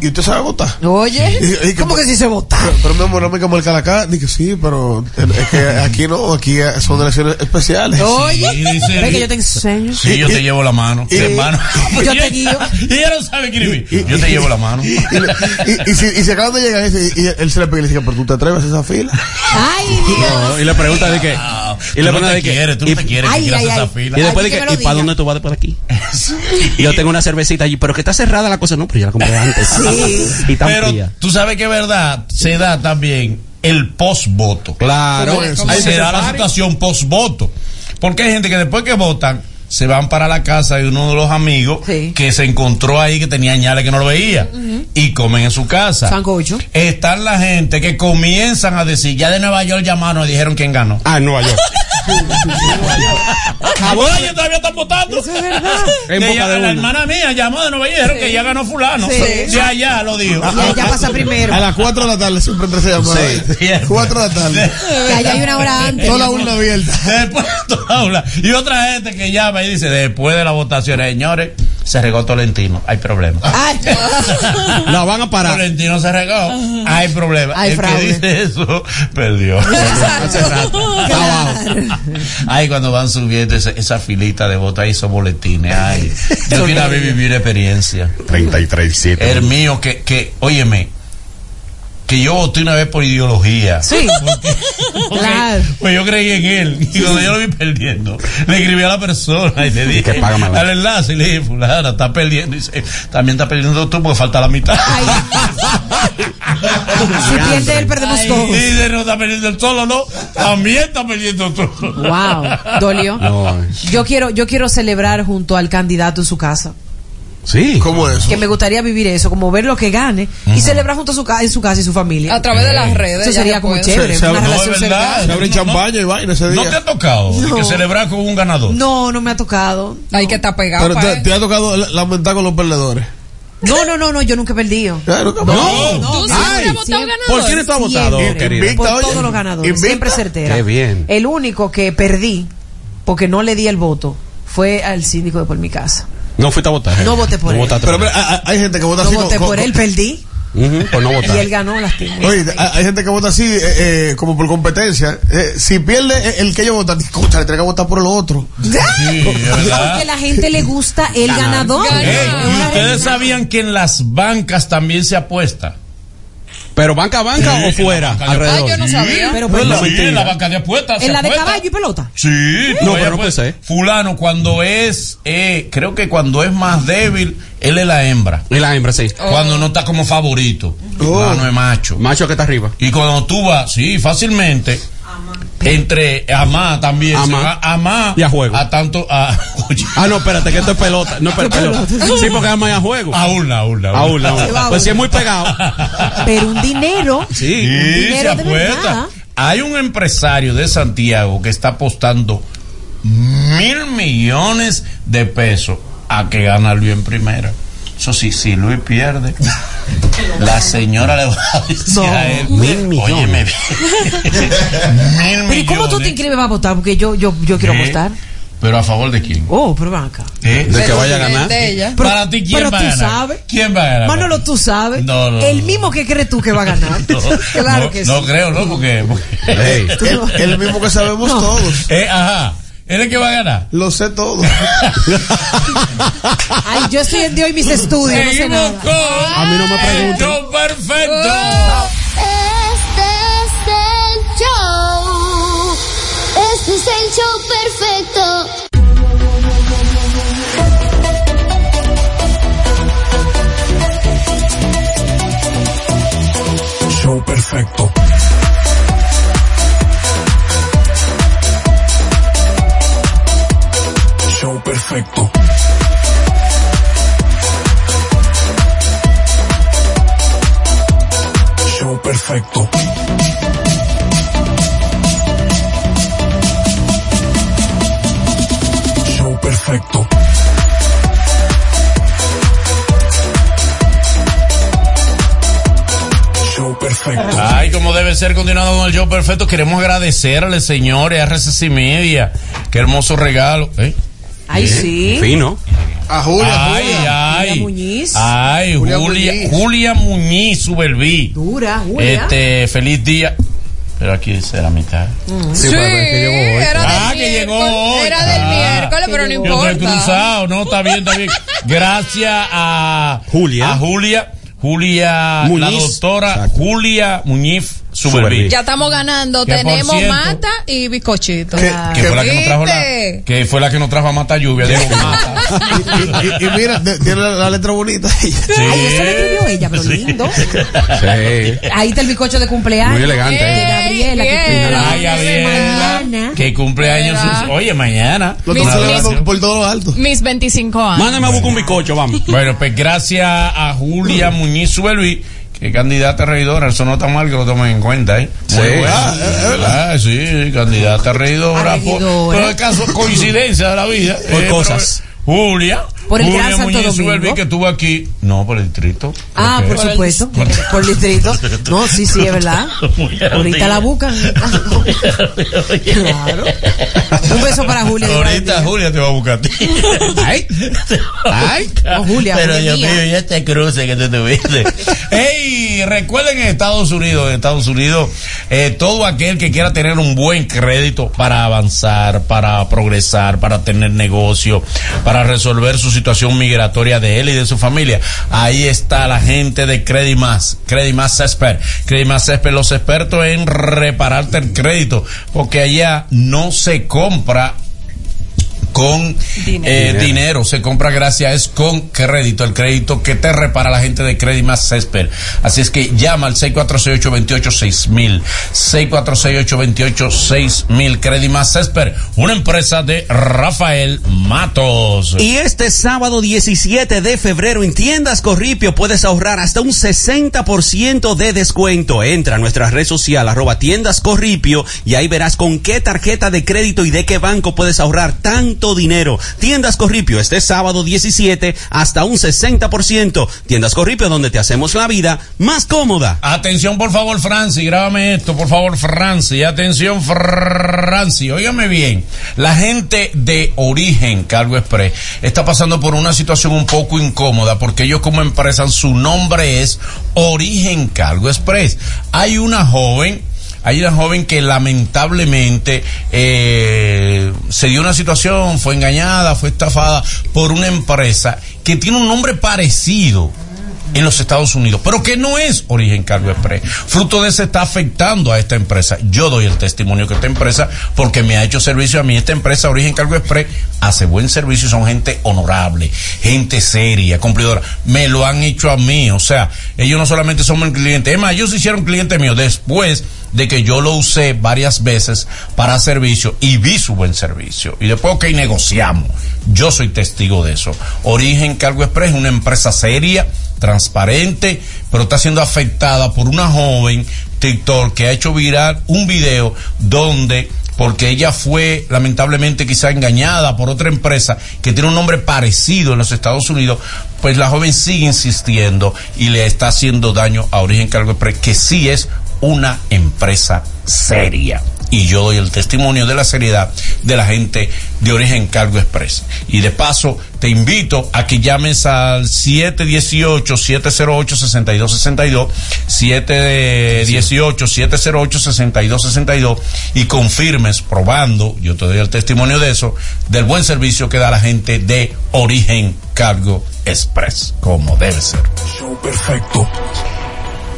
[SPEAKER 8] y, y usted sabe votar.
[SPEAKER 4] Oye,
[SPEAKER 8] Y- y que-
[SPEAKER 4] ¿cómo que si se vota?
[SPEAKER 8] Pero, pero mi amor, no me como el calacá. Dije, sí, pero es que aquí no, aquí son elecciones especiales.
[SPEAKER 4] Oye,
[SPEAKER 2] Sí, dice-
[SPEAKER 4] ve que yo te enseño.
[SPEAKER 2] Sí, yo te llevo la mano, hermano.
[SPEAKER 4] Yo te guío.
[SPEAKER 2] *laughs* Y ella no sabe escribir. Yo te llevo la mano.
[SPEAKER 8] Y, le- y- y si, y si acaban de llegar ese, y él se le pega y le dice, pero tú te atreves a esa fila.
[SPEAKER 4] Ay, Dios.
[SPEAKER 3] No, y le pregunta de qué. Ah, Y
[SPEAKER 2] Y
[SPEAKER 3] le
[SPEAKER 2] Eh, tú no
[SPEAKER 3] pregunta
[SPEAKER 2] te
[SPEAKER 3] de qué.
[SPEAKER 2] quieres, tú
[SPEAKER 3] Y-
[SPEAKER 2] no te quieres
[SPEAKER 4] Ay,
[SPEAKER 2] que quieras
[SPEAKER 4] ay,
[SPEAKER 2] esa
[SPEAKER 4] ay.
[SPEAKER 2] fila.
[SPEAKER 3] Y después
[SPEAKER 4] Ay,
[SPEAKER 3] de
[SPEAKER 4] que
[SPEAKER 3] que,
[SPEAKER 4] me lo
[SPEAKER 3] ¿y para
[SPEAKER 4] diga.
[SPEAKER 3] dónde tú vas después de aquí? Y yo tengo una cervecita allí, pero que está cerrada la cosa, no, pero ya
[SPEAKER 8] *laughs*
[SPEAKER 3] la compré antes. Y tan
[SPEAKER 2] Pero
[SPEAKER 3] fría.
[SPEAKER 2] tú sabes que es verdad, se da también el postvoto.
[SPEAKER 3] Claro,
[SPEAKER 2] Ahí se da la situación postvoto. Porque hay gente que después que votan, se van para la casa de uno de los amigos
[SPEAKER 4] Sí.
[SPEAKER 2] que se encontró ahí que tenía ñales que no lo veía y comen en su casa.
[SPEAKER 4] Sancocho.
[SPEAKER 2] Están la gente que comienzan a decir, ya de Nueva York llamaron y dijeron quién ganó.
[SPEAKER 3] Ah, en Nueva
[SPEAKER 4] *laughs*
[SPEAKER 3] York.
[SPEAKER 2] Ahora Ah, ellos todavía están votando.
[SPEAKER 4] Eso es
[SPEAKER 2] *laughs*
[SPEAKER 4] verdad.
[SPEAKER 3] En
[SPEAKER 2] Que
[SPEAKER 3] boca
[SPEAKER 2] ella-
[SPEAKER 3] de
[SPEAKER 2] la
[SPEAKER 3] uno.
[SPEAKER 2] hermana mía llamó de Nueva York y dijeron que ya ganó fulano.
[SPEAKER 4] Sí.
[SPEAKER 2] Ya, ya lo dijo.
[SPEAKER 4] Y allá pasa primero.
[SPEAKER 8] A las 4 de la tarde siempre entre esa llamada.
[SPEAKER 2] Sí.
[SPEAKER 8] 4 de la tarde.
[SPEAKER 4] Que allá hay una hora antes.
[SPEAKER 8] Toda la
[SPEAKER 4] mi amor.
[SPEAKER 8] urna abierta.
[SPEAKER 2] *laughs* Después de toda aula. Y otra gente que llama y dice, después de la votación, señores, se regó Tolentino, hay problema. *laughs*
[SPEAKER 4] Ay,
[SPEAKER 3] La van a parar.
[SPEAKER 2] Tolentino se regó, hay problema.
[SPEAKER 4] Hay
[SPEAKER 2] El que
[SPEAKER 4] fraude.
[SPEAKER 2] dice eso, perdió.
[SPEAKER 3] *laughs* Hace rato. Está abajo.
[SPEAKER 2] Ay, cuando van subiendo esa, esa filita de votos, ahí esos boletines. Ay, yo quiero haber vivido la experiencia.
[SPEAKER 1] 33, 7.
[SPEAKER 2] El mío, que, que, óyeme, que yo voté una vez por ideología.
[SPEAKER 4] sí. Claro.
[SPEAKER 2] Pues yo creí en él y cuando yo lo vi perdiendo, le escribí a la persona y
[SPEAKER 4] *laughs*
[SPEAKER 2] le dije,
[SPEAKER 3] Que págame la-
[SPEAKER 2] al enlace y le dije, fulana, está perdiendo. Y dice, también está perdiendo tú porque falta la mitad. *laughs*
[SPEAKER 4] Ay. Si pierde él, perdemos
[SPEAKER 2] Y
[SPEAKER 4] todos.
[SPEAKER 2] dice, no está perdiendo el solo, no, también está perdiendo tú.
[SPEAKER 4] Wow, dolió.
[SPEAKER 3] No, eh.
[SPEAKER 4] Yo quiero, yo quiero celebrar junto al candidato en su casa.
[SPEAKER 3] Sí.
[SPEAKER 8] ¿Cómo es?
[SPEAKER 4] Que me gustaría vivir eso, como ver lo que gane y celebrar junto a su ca- en su casa y su familia.
[SPEAKER 7] A través de las redes.
[SPEAKER 4] Eh, Eso
[SPEAKER 7] Ah, ya
[SPEAKER 4] sería
[SPEAKER 7] no
[SPEAKER 4] como
[SPEAKER 7] puedo.
[SPEAKER 4] chévere,
[SPEAKER 8] Se- se-
[SPEAKER 4] una
[SPEAKER 8] no,
[SPEAKER 4] relación
[SPEAKER 2] es verdad.
[SPEAKER 4] cercana.
[SPEAKER 8] Se abre
[SPEAKER 2] No,
[SPEAKER 8] champaña y vaina ese día.
[SPEAKER 2] No te ha tocado de que
[SPEAKER 4] No.
[SPEAKER 2] celebrar con un ganador.
[SPEAKER 4] No, no me ha tocado.
[SPEAKER 7] Hay que estar pegado.
[SPEAKER 8] Pero
[SPEAKER 7] pa'
[SPEAKER 8] te,
[SPEAKER 7] eso.
[SPEAKER 8] te ha tocado la- lamentar con los perdedores.
[SPEAKER 4] No, no, no, no, yo nunca he perdido.
[SPEAKER 8] Ya, nunca-
[SPEAKER 7] Tú
[SPEAKER 3] No. Ay,
[SPEAKER 7] siempre has votado
[SPEAKER 4] siempre.
[SPEAKER 7] ganador.
[SPEAKER 3] ¿Por quién tú has votado,
[SPEAKER 4] Siempre.
[SPEAKER 3] querida?
[SPEAKER 8] Invicta,
[SPEAKER 4] Por
[SPEAKER 8] oye.
[SPEAKER 4] todos los ganadores,
[SPEAKER 8] Invicta.
[SPEAKER 4] siempre certera.
[SPEAKER 3] Qué bien.
[SPEAKER 4] El único que perdí porque no le di el voto fue al síndico de por mi casa.
[SPEAKER 3] No fuiste a votar.
[SPEAKER 4] No voté por él.
[SPEAKER 3] votaste
[SPEAKER 8] Pero mira, a- a- hay gente que vota
[SPEAKER 4] No
[SPEAKER 8] así. con-
[SPEAKER 4] voté
[SPEAKER 8] con-
[SPEAKER 4] por él, perdí
[SPEAKER 3] Ujú, por no votar.
[SPEAKER 4] y él ganó las tiendas.
[SPEAKER 8] Oye, a- hay gente que vota así eh, eh, como por competencia. Eh, si pierde eh, el que ellos votan, escucha, le tengo que votar por el otro.
[SPEAKER 2] Sí, es verdad.
[SPEAKER 4] *laughs* Porque la gente le gusta el ganador.
[SPEAKER 2] Ey,
[SPEAKER 7] Ganar.
[SPEAKER 2] y ustedes sabían que en las bancas también se apuesta.
[SPEAKER 3] Pero banca a banca
[SPEAKER 2] Sí,
[SPEAKER 3] o
[SPEAKER 2] en la
[SPEAKER 3] fuera,
[SPEAKER 2] banca de
[SPEAKER 3] alrededor.
[SPEAKER 2] apuestas. Sí,
[SPEAKER 4] Pero,
[SPEAKER 2] en la-
[SPEAKER 4] pero-
[SPEAKER 2] sí, en la banca de apuestas. se
[SPEAKER 4] En la de
[SPEAKER 2] apuesta.
[SPEAKER 4] caballo y pelota.
[SPEAKER 2] Sí,
[SPEAKER 4] No,
[SPEAKER 2] tú ves,
[SPEAKER 4] pero
[SPEAKER 2] pues,
[SPEAKER 3] eh.
[SPEAKER 2] Fulano, cuando es, eh, creo que cuando es más débil, él es la hembra.
[SPEAKER 3] Es la hembra, sí.
[SPEAKER 2] Cuando no está como favorito. Fulano es macho.
[SPEAKER 3] Macho que está arriba.
[SPEAKER 2] Y cuando tú vas, sí, fácilmente. Entre Amá también.
[SPEAKER 3] Amá.
[SPEAKER 2] se va Amá.
[SPEAKER 3] Y a juego.
[SPEAKER 2] A tanto. A, *laughs*
[SPEAKER 3] Ah, no, espérate, que esto es pelota. No,
[SPEAKER 4] *laughs*
[SPEAKER 3] pero pelota. Sí, porque además hay a juego.
[SPEAKER 4] Ah,
[SPEAKER 2] A una, a una.
[SPEAKER 3] A una, a una.
[SPEAKER 2] Se va a
[SPEAKER 3] Pues si
[SPEAKER 2] una.
[SPEAKER 3] es muy pegado.
[SPEAKER 4] Pero un dinero.
[SPEAKER 2] Sí,
[SPEAKER 4] Un dinero
[SPEAKER 2] se
[SPEAKER 4] de
[SPEAKER 2] apuesta.
[SPEAKER 4] verdad.
[SPEAKER 2] Hay un empresario de Santiago que está apostando mil millones de pesos a que gana Luis en primera. Eso sí, si Luis pierde, la señora le va a decir a él, Óyeme
[SPEAKER 4] *laughs*
[SPEAKER 2] bien". mil
[SPEAKER 4] Pero ¿y cómo tú te
[SPEAKER 2] millones. ¿Eh?
[SPEAKER 4] inscribes para votar? Porque yo, yo, yo quiero
[SPEAKER 2] Sí.
[SPEAKER 4] votar.
[SPEAKER 2] ¿Pero a favor de quién?
[SPEAKER 4] Oh, pero banca.
[SPEAKER 2] ¿Eh?
[SPEAKER 4] De que vaya a ganar. de ella. Pero-
[SPEAKER 2] Para ti, ¿quién
[SPEAKER 4] pero
[SPEAKER 2] va a
[SPEAKER 4] tú
[SPEAKER 2] ganar?
[SPEAKER 4] sabes.
[SPEAKER 2] ¿Quién va a ganar?
[SPEAKER 4] Manolo, tú sabes.
[SPEAKER 2] No, no,
[SPEAKER 4] el
[SPEAKER 2] no.
[SPEAKER 4] mismo que crees tú que va a ganar.
[SPEAKER 2] *laughs* No,
[SPEAKER 4] *laughs* claro
[SPEAKER 2] no,
[SPEAKER 4] que
[SPEAKER 2] no
[SPEAKER 4] sí.
[SPEAKER 2] creo, ¿no? Porque. porque- *laughs*
[SPEAKER 8] *laughs* El, el mismo que sabemos todos.
[SPEAKER 2] Eh, ajá. ¿Él es que va a ganar?
[SPEAKER 8] Lo sé todo.
[SPEAKER 4] Ay, yo estoy en Dios y mis estudios. No sé
[SPEAKER 2] Seguimos
[SPEAKER 4] nada.
[SPEAKER 2] con. A mí no me pregunten. perfecto.
[SPEAKER 9] Este es el show. Este es el show perfecto.
[SPEAKER 15] Show perfecto. Show perfecto. Show perfecto. Show perfecto. Show perfecto.
[SPEAKER 2] Ay, como debe ser continuado con el show perfecto. Queremos agradecerle, señores, a RCC Media. Qué hermoso regalo. ¿eh?
[SPEAKER 4] Ay,
[SPEAKER 2] ¿Eh?
[SPEAKER 4] sí.
[SPEAKER 3] Fino.
[SPEAKER 8] A Julia,
[SPEAKER 2] ay,
[SPEAKER 8] Julia.
[SPEAKER 2] ay.
[SPEAKER 4] Julia Muñiz.
[SPEAKER 2] Ay,
[SPEAKER 8] Julia
[SPEAKER 2] Julia, Julia
[SPEAKER 8] Muñiz.
[SPEAKER 2] Muñiz, Suberví.
[SPEAKER 4] Dura, Julia.
[SPEAKER 2] Este, feliz día. Pero aquí dice la mitad.
[SPEAKER 7] Sí, era del
[SPEAKER 2] Ah, que llegó
[SPEAKER 7] miércoles,
[SPEAKER 2] hoy.
[SPEAKER 7] Era del
[SPEAKER 2] Ah.
[SPEAKER 7] miércoles, pero no
[SPEAKER 2] Yo estoy
[SPEAKER 7] importa.
[SPEAKER 2] cruzado, no, está bien, está bien. Gracias a Julia. A Julia. Julia, la
[SPEAKER 3] Muñiz.
[SPEAKER 2] doctora Julia Muñiz Suberví.
[SPEAKER 7] Ya estamos ganando.
[SPEAKER 2] Que por
[SPEAKER 7] Tenemos
[SPEAKER 2] cierto-
[SPEAKER 7] mata y bizcochito. Ah.
[SPEAKER 2] Que fue la que nos trajo la,
[SPEAKER 7] ¿Viste?
[SPEAKER 2] que fue la que nos trajo a Mata Lluvia.
[SPEAKER 3] *laughs*
[SPEAKER 2] Digo,
[SPEAKER 4] Eh,
[SPEAKER 2] Mata.
[SPEAKER 8] Y, y- y mira, de- tiene la, la letra bonita. *laughs*
[SPEAKER 4] Ay, eso lo escribió ella, pero lindo. Ahí está el bizcocho de cumpleaños.
[SPEAKER 2] Muy elegante, ¿eh?
[SPEAKER 4] De Gabriela. que
[SPEAKER 2] Bien.
[SPEAKER 4] cumple
[SPEAKER 2] Ay, Gabriela.
[SPEAKER 4] mañana.
[SPEAKER 2] Que cumpleaños.
[SPEAKER 7] ¿Verdad?
[SPEAKER 2] sus- Oye, mañana.
[SPEAKER 7] Lo estamos
[SPEAKER 2] Una
[SPEAKER 7] celebrando
[SPEAKER 2] donación.
[SPEAKER 8] Por todo lo alto.
[SPEAKER 7] Mis 25 años.
[SPEAKER 3] Mándame a buscar un bicocho, vamos.
[SPEAKER 2] Bueno, pues gracias a Julia Muñiz Suelvi, que es candidata a reidora. Eso no está mal que lo tomen en cuenta, ¿eh? Muy
[SPEAKER 3] Sí.
[SPEAKER 2] bueno.
[SPEAKER 3] Ah,
[SPEAKER 2] Ah, sí, sí, candidata a reidora.
[SPEAKER 4] A
[SPEAKER 2] Por,
[SPEAKER 4] regidora.
[SPEAKER 2] por el caso, coincidencia de la vida. eh,
[SPEAKER 3] Por cosas.
[SPEAKER 2] pero, Julia.
[SPEAKER 4] Por el
[SPEAKER 2] Julia
[SPEAKER 4] Gran Santo
[SPEAKER 2] Muñiz
[SPEAKER 4] Domingo.
[SPEAKER 2] Suelvi, que estuvo aquí. No, por el distrito.
[SPEAKER 4] Ah,
[SPEAKER 2] Ok.
[SPEAKER 4] por supuesto. Por distrito. No, sí, *laughs* sí, es verdad.
[SPEAKER 2] Muy
[SPEAKER 4] Ahorita la buscan. Claro. Un beso para Julia.
[SPEAKER 2] Ahorita Julia te va a buscar a ti. *laughs* Ay. Ay. Oh,
[SPEAKER 4] No, Julia,
[SPEAKER 2] Pero
[SPEAKER 4] Julia
[SPEAKER 2] Dios
[SPEAKER 4] mía.
[SPEAKER 2] mío, ya este cruce que tú tuviste. Ey, recuerden en Estados Unidos, en Estados Unidos, eh, todo aquel que quiera tener un buen crédito para avanzar, para progresar, para tener negocio, para resolver su situación migratoria de él y de su familia, ahí está la gente de Credit Más, Credit Más Expert, Credit Más Expert, los expertos en repararte el crédito, porque allá no se compra con
[SPEAKER 16] Dinero.
[SPEAKER 2] eh,
[SPEAKER 16] Dinero.
[SPEAKER 2] dinero. se compra gracias es con crédito, el crédito que te repara la gente de Credit Más Cesper. Así es que llama al 6468-286000, 6468-286000, Credit Más Cesper, una empresa de Rafael Matos.
[SPEAKER 3] Y este sábado 17 de febrero en tiendas Corripio puedes ahorrar hasta un 60% de descuento. Entra a nuestra red social arroba tiendas Corripio y ahí verás con qué tarjeta de crédito y de qué banco puedes ahorrar tanto dinero. Tiendas Corripio este sábado 17 hasta un 60%. Tiendas Corripio donde te hacemos la vida más cómoda.
[SPEAKER 2] Atención, por favor, Franci, grábame esto, por favor, Franci. Atención, Fr- Franci, óigame bien. La gente de origen, Cargo Express, está pasando por una situación un poco incómoda porque ellos como empresa, su nombre es Origen Cargo Express. Hay una joven hay una joven que lamentablemente eh, se dio una situación, fue engañada, fue estafada por una empresa que tiene un nombre parecido en los Estados Unidos, pero que no es Origen Cargo Express. Fruto de eso está afectando a esta empresa. Yo doy el testimonio que esta empresa, porque me ha hecho servicio a mí, esta empresa Origen Cargo Express hace buen servicio, y son gente honorable, gente seria, cumplidora. Me lo han hecho a mí, o sea, ellos no solamente son el cliente, es más, ellos se hicieron cliente mío después de que yo lo usé varias veces para servicio y vi su buen servicio. Y después, ok, negociamos. Yo soy testigo de eso. Origen Cargo Express es una empresa seria, transparente, pero está siendo afectada por una joven TikTok que ha hecho viral un video donde porque ella fue lamentablemente quizá engañada por otra empresa que tiene un nombre parecido en los Estados Unidos, pues la joven sigue insistiendo y le está haciendo daño a Origen Cargo Express, que sí es una empresa seria. Y yo doy el testimonio de la seriedad de la gente de Origen Cargo Express. Y de paso, te invito a que llames al 718-708-6262, 718-708-6262 y confirmes, probando, yo te doy el testimonio de eso, del buen servicio que da la gente de Origen Cargo Express, como debe ser.
[SPEAKER 1] Show perfecto.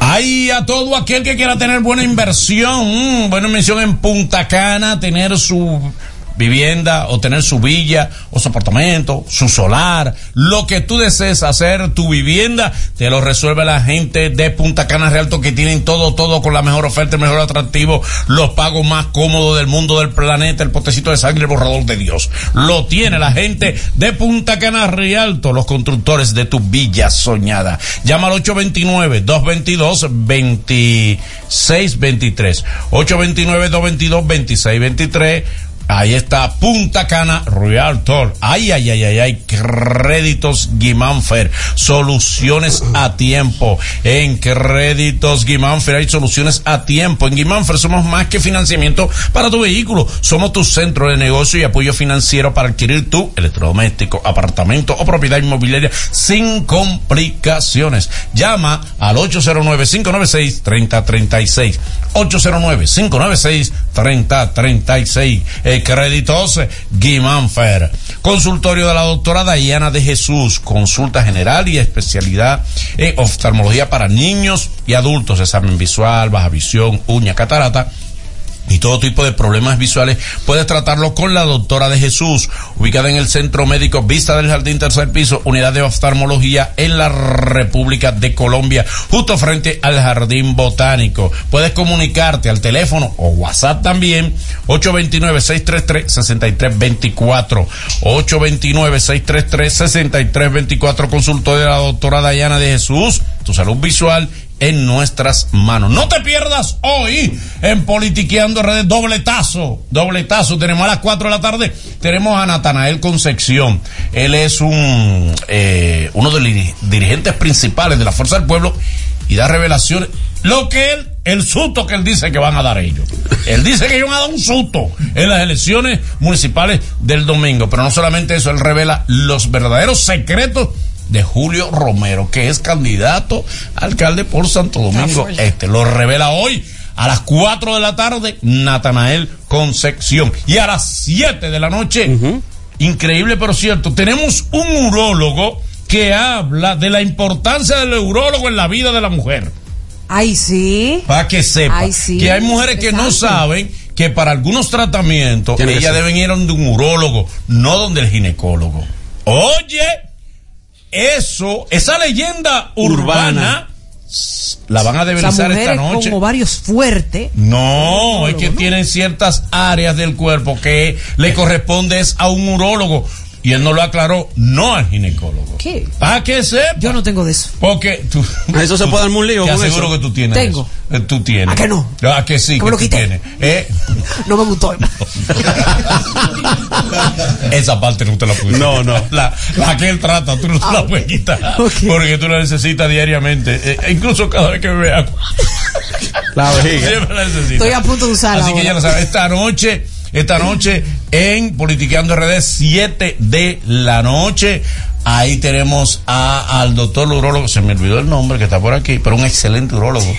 [SPEAKER 2] Hay a todo aquel que quiera tener buena inversión, mm, buena inversión en Punta Cana, tener su vivienda o tener su villa o su apartamento, su solar, lo que tú desees hacer tu vivienda, te lo resuelve la gente de Punta Cana Realto que tienen todo, todo con la mejor oferta, el mejor atractivo, los pagos más cómodos del mundo, del planeta, el potecito de sangre, el borrador de Dios. Lo tiene la gente de Punta Cana Realto, los constructores de tu villa soñada. Llama al 829-222-2623. 829-222-2623. Ahí está Punta Cana Realtor. Ay, ay, ay, ay, ay. Créditos Guimánfer. Soluciones a tiempo. En Créditos Guimánfer hay soluciones a tiempo. En Guimánfer somos más que financiamiento para tu vehículo. Somos tu centro de negocio y apoyo financiero para adquirir tu electrodoméstico, apartamento o propiedad inmobiliaria sin complicaciones. Llama al 809-596-3036. 809-596-3036. Eh, Créditos Guimánfer. Consultorio de la doctora Dayana de Jesús. Consulta general y especialidad en oftalmología para niños y adultos. Examen visual, baja visión, uña, catarata y todo tipo de problemas visuales, puedes tratarlo con la doctora de Jesús, ubicada en el Centro Médico Vista del Jardín Tercer Piso, Unidad de Oftalmología en la República de Colombia, justo frente al Jardín Botánico. Puedes comunicarte al teléfono o WhatsApp también, 829-633-6324. 829-633-6324, consultor de la doctora Dayana de Jesús, tu salud visual en nuestras manos. No te pierdas hoy en Politiqueando Redes, dobletazo, dobletazo. Tenemos a las 4 de la tarde, tenemos a Natanael Concepción. Él es un eh, uno de los dirigentes principales de la Fuerza del Pueblo y da revelaciones. Lo que él, el susto que él dice que van a dar ellos. Él dice que ellos van a dar un susto en las elecciones municipales del domingo. Pero no solamente eso, él revela los verdaderos secretos de Julio Romero, que es candidato a alcalde por Santo Domingo Este. Lo revela hoy a las 4 de la tarde Natanael Concepción. Y a las 7 de la noche, increíble pero cierto, tenemos un urólogo que habla de la importancia del urólogo en la vida de la mujer.
[SPEAKER 4] Ay, sí.
[SPEAKER 2] Para que sepa
[SPEAKER 4] Ay, sí,
[SPEAKER 2] que hay mujeres que no
[SPEAKER 4] interesante.
[SPEAKER 2] saben que para algunos tratamientos
[SPEAKER 3] Tiene que
[SPEAKER 2] ellas
[SPEAKER 3] ser.
[SPEAKER 2] deben ir donde un urólogo, no donde el ginecólogo. Oye, eso, esa leyenda urbana, la van a debilizar esta noche.
[SPEAKER 4] con ovarios fuertes.
[SPEAKER 2] No, es que tienen ciertas áreas del cuerpo que le corresponde es a un urólogo. Y él no lo aclaró, no al ginecólogo.
[SPEAKER 4] ¿Qué?
[SPEAKER 2] ¿Para qué sepa? Yo no
[SPEAKER 4] tengo de eso.
[SPEAKER 2] Porque tú.
[SPEAKER 3] A eso se
[SPEAKER 2] tú-
[SPEAKER 3] puede darme un lío
[SPEAKER 2] Te
[SPEAKER 3] con
[SPEAKER 2] aseguro
[SPEAKER 3] eso.
[SPEAKER 2] que tú tienes.
[SPEAKER 4] Tengo.
[SPEAKER 2] eso. Eh, Tú tienes.
[SPEAKER 4] ¿A que no?
[SPEAKER 2] ¿A que sí?
[SPEAKER 4] ¿Cómo
[SPEAKER 2] que
[SPEAKER 4] lo
[SPEAKER 2] tú
[SPEAKER 4] quité?
[SPEAKER 2] tienes.
[SPEAKER 4] *laughs*
[SPEAKER 2] Eh,
[SPEAKER 4] No me gustó.
[SPEAKER 2] Esa parte no te la puedes No, no. La, la que él trata, tú no te
[SPEAKER 4] Ah,
[SPEAKER 2] la puedes quitar. Porque tú la necesitas diariamente. Eh, incluso cada vez que bebe agua.
[SPEAKER 3] La vejiga.
[SPEAKER 2] Siempre la necesitas.
[SPEAKER 4] Estoy a punto de usarla.
[SPEAKER 2] Así que ya
[SPEAKER 4] ahora.
[SPEAKER 2] lo sabes, esta noche, esta noche en Politiqueando RD, 7 de la noche. Ahí tenemos a, al doctor urólogo, se me olvidó el nombre que está por aquí, pero un excelente
[SPEAKER 3] *laughs*
[SPEAKER 2] urólogo.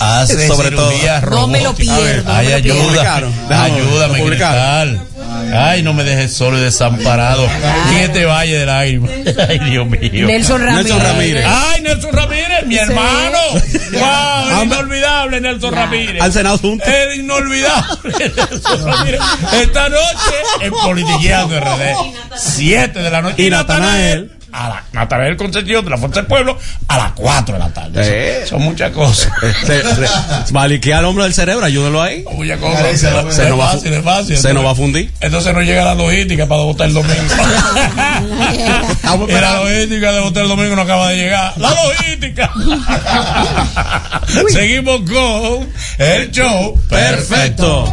[SPEAKER 2] Hace
[SPEAKER 3] Sobre
[SPEAKER 2] cirugías
[SPEAKER 3] todo. No me lo
[SPEAKER 2] robóticas.
[SPEAKER 3] pierdo, no
[SPEAKER 2] Ay,
[SPEAKER 3] me lo pierdo.
[SPEAKER 2] ayuda,
[SPEAKER 3] Lo publicaron, déjame ver,
[SPEAKER 2] ayúdame,
[SPEAKER 3] lo publicaron.
[SPEAKER 2] Cristal. Ay, no me dejes solo y desamparado. Que te vaya del aire. *laughs* Ay, Dios mío.
[SPEAKER 4] Nelson Ramírez. Nelson Ramírez.
[SPEAKER 2] Ay, Nelson Ramírez, mi
[SPEAKER 4] Sí.
[SPEAKER 2] hermano. Wow,
[SPEAKER 3] Ambas-
[SPEAKER 2] el inolvidable Nelson Ramírez.
[SPEAKER 3] Al Senado juntos.
[SPEAKER 2] El inolvidable *laughs* Nelson Ramírez. Esta noche en Politiqueando RD. 7 de la noche.
[SPEAKER 3] Y Natanael.
[SPEAKER 2] A la, Natanael Concepción de la Fuerza del Pueblo a las 4 de la tarde. Son- Son muchas cosas.
[SPEAKER 3] Se- se- Este, Maliquea al hombro del cerebro, ayúdelo ahí.
[SPEAKER 2] Muchas cosas.
[SPEAKER 3] Se,
[SPEAKER 2] No es
[SPEAKER 3] nos va, a fu-
[SPEAKER 2] fácil, es fácil.
[SPEAKER 3] se nos va a fundir.
[SPEAKER 2] Entonces no llega la logística para votar el domingo. *laughs* Y la logística de votar el domingo no acaba de llegar. La logística. Seguimos con el show perfecto.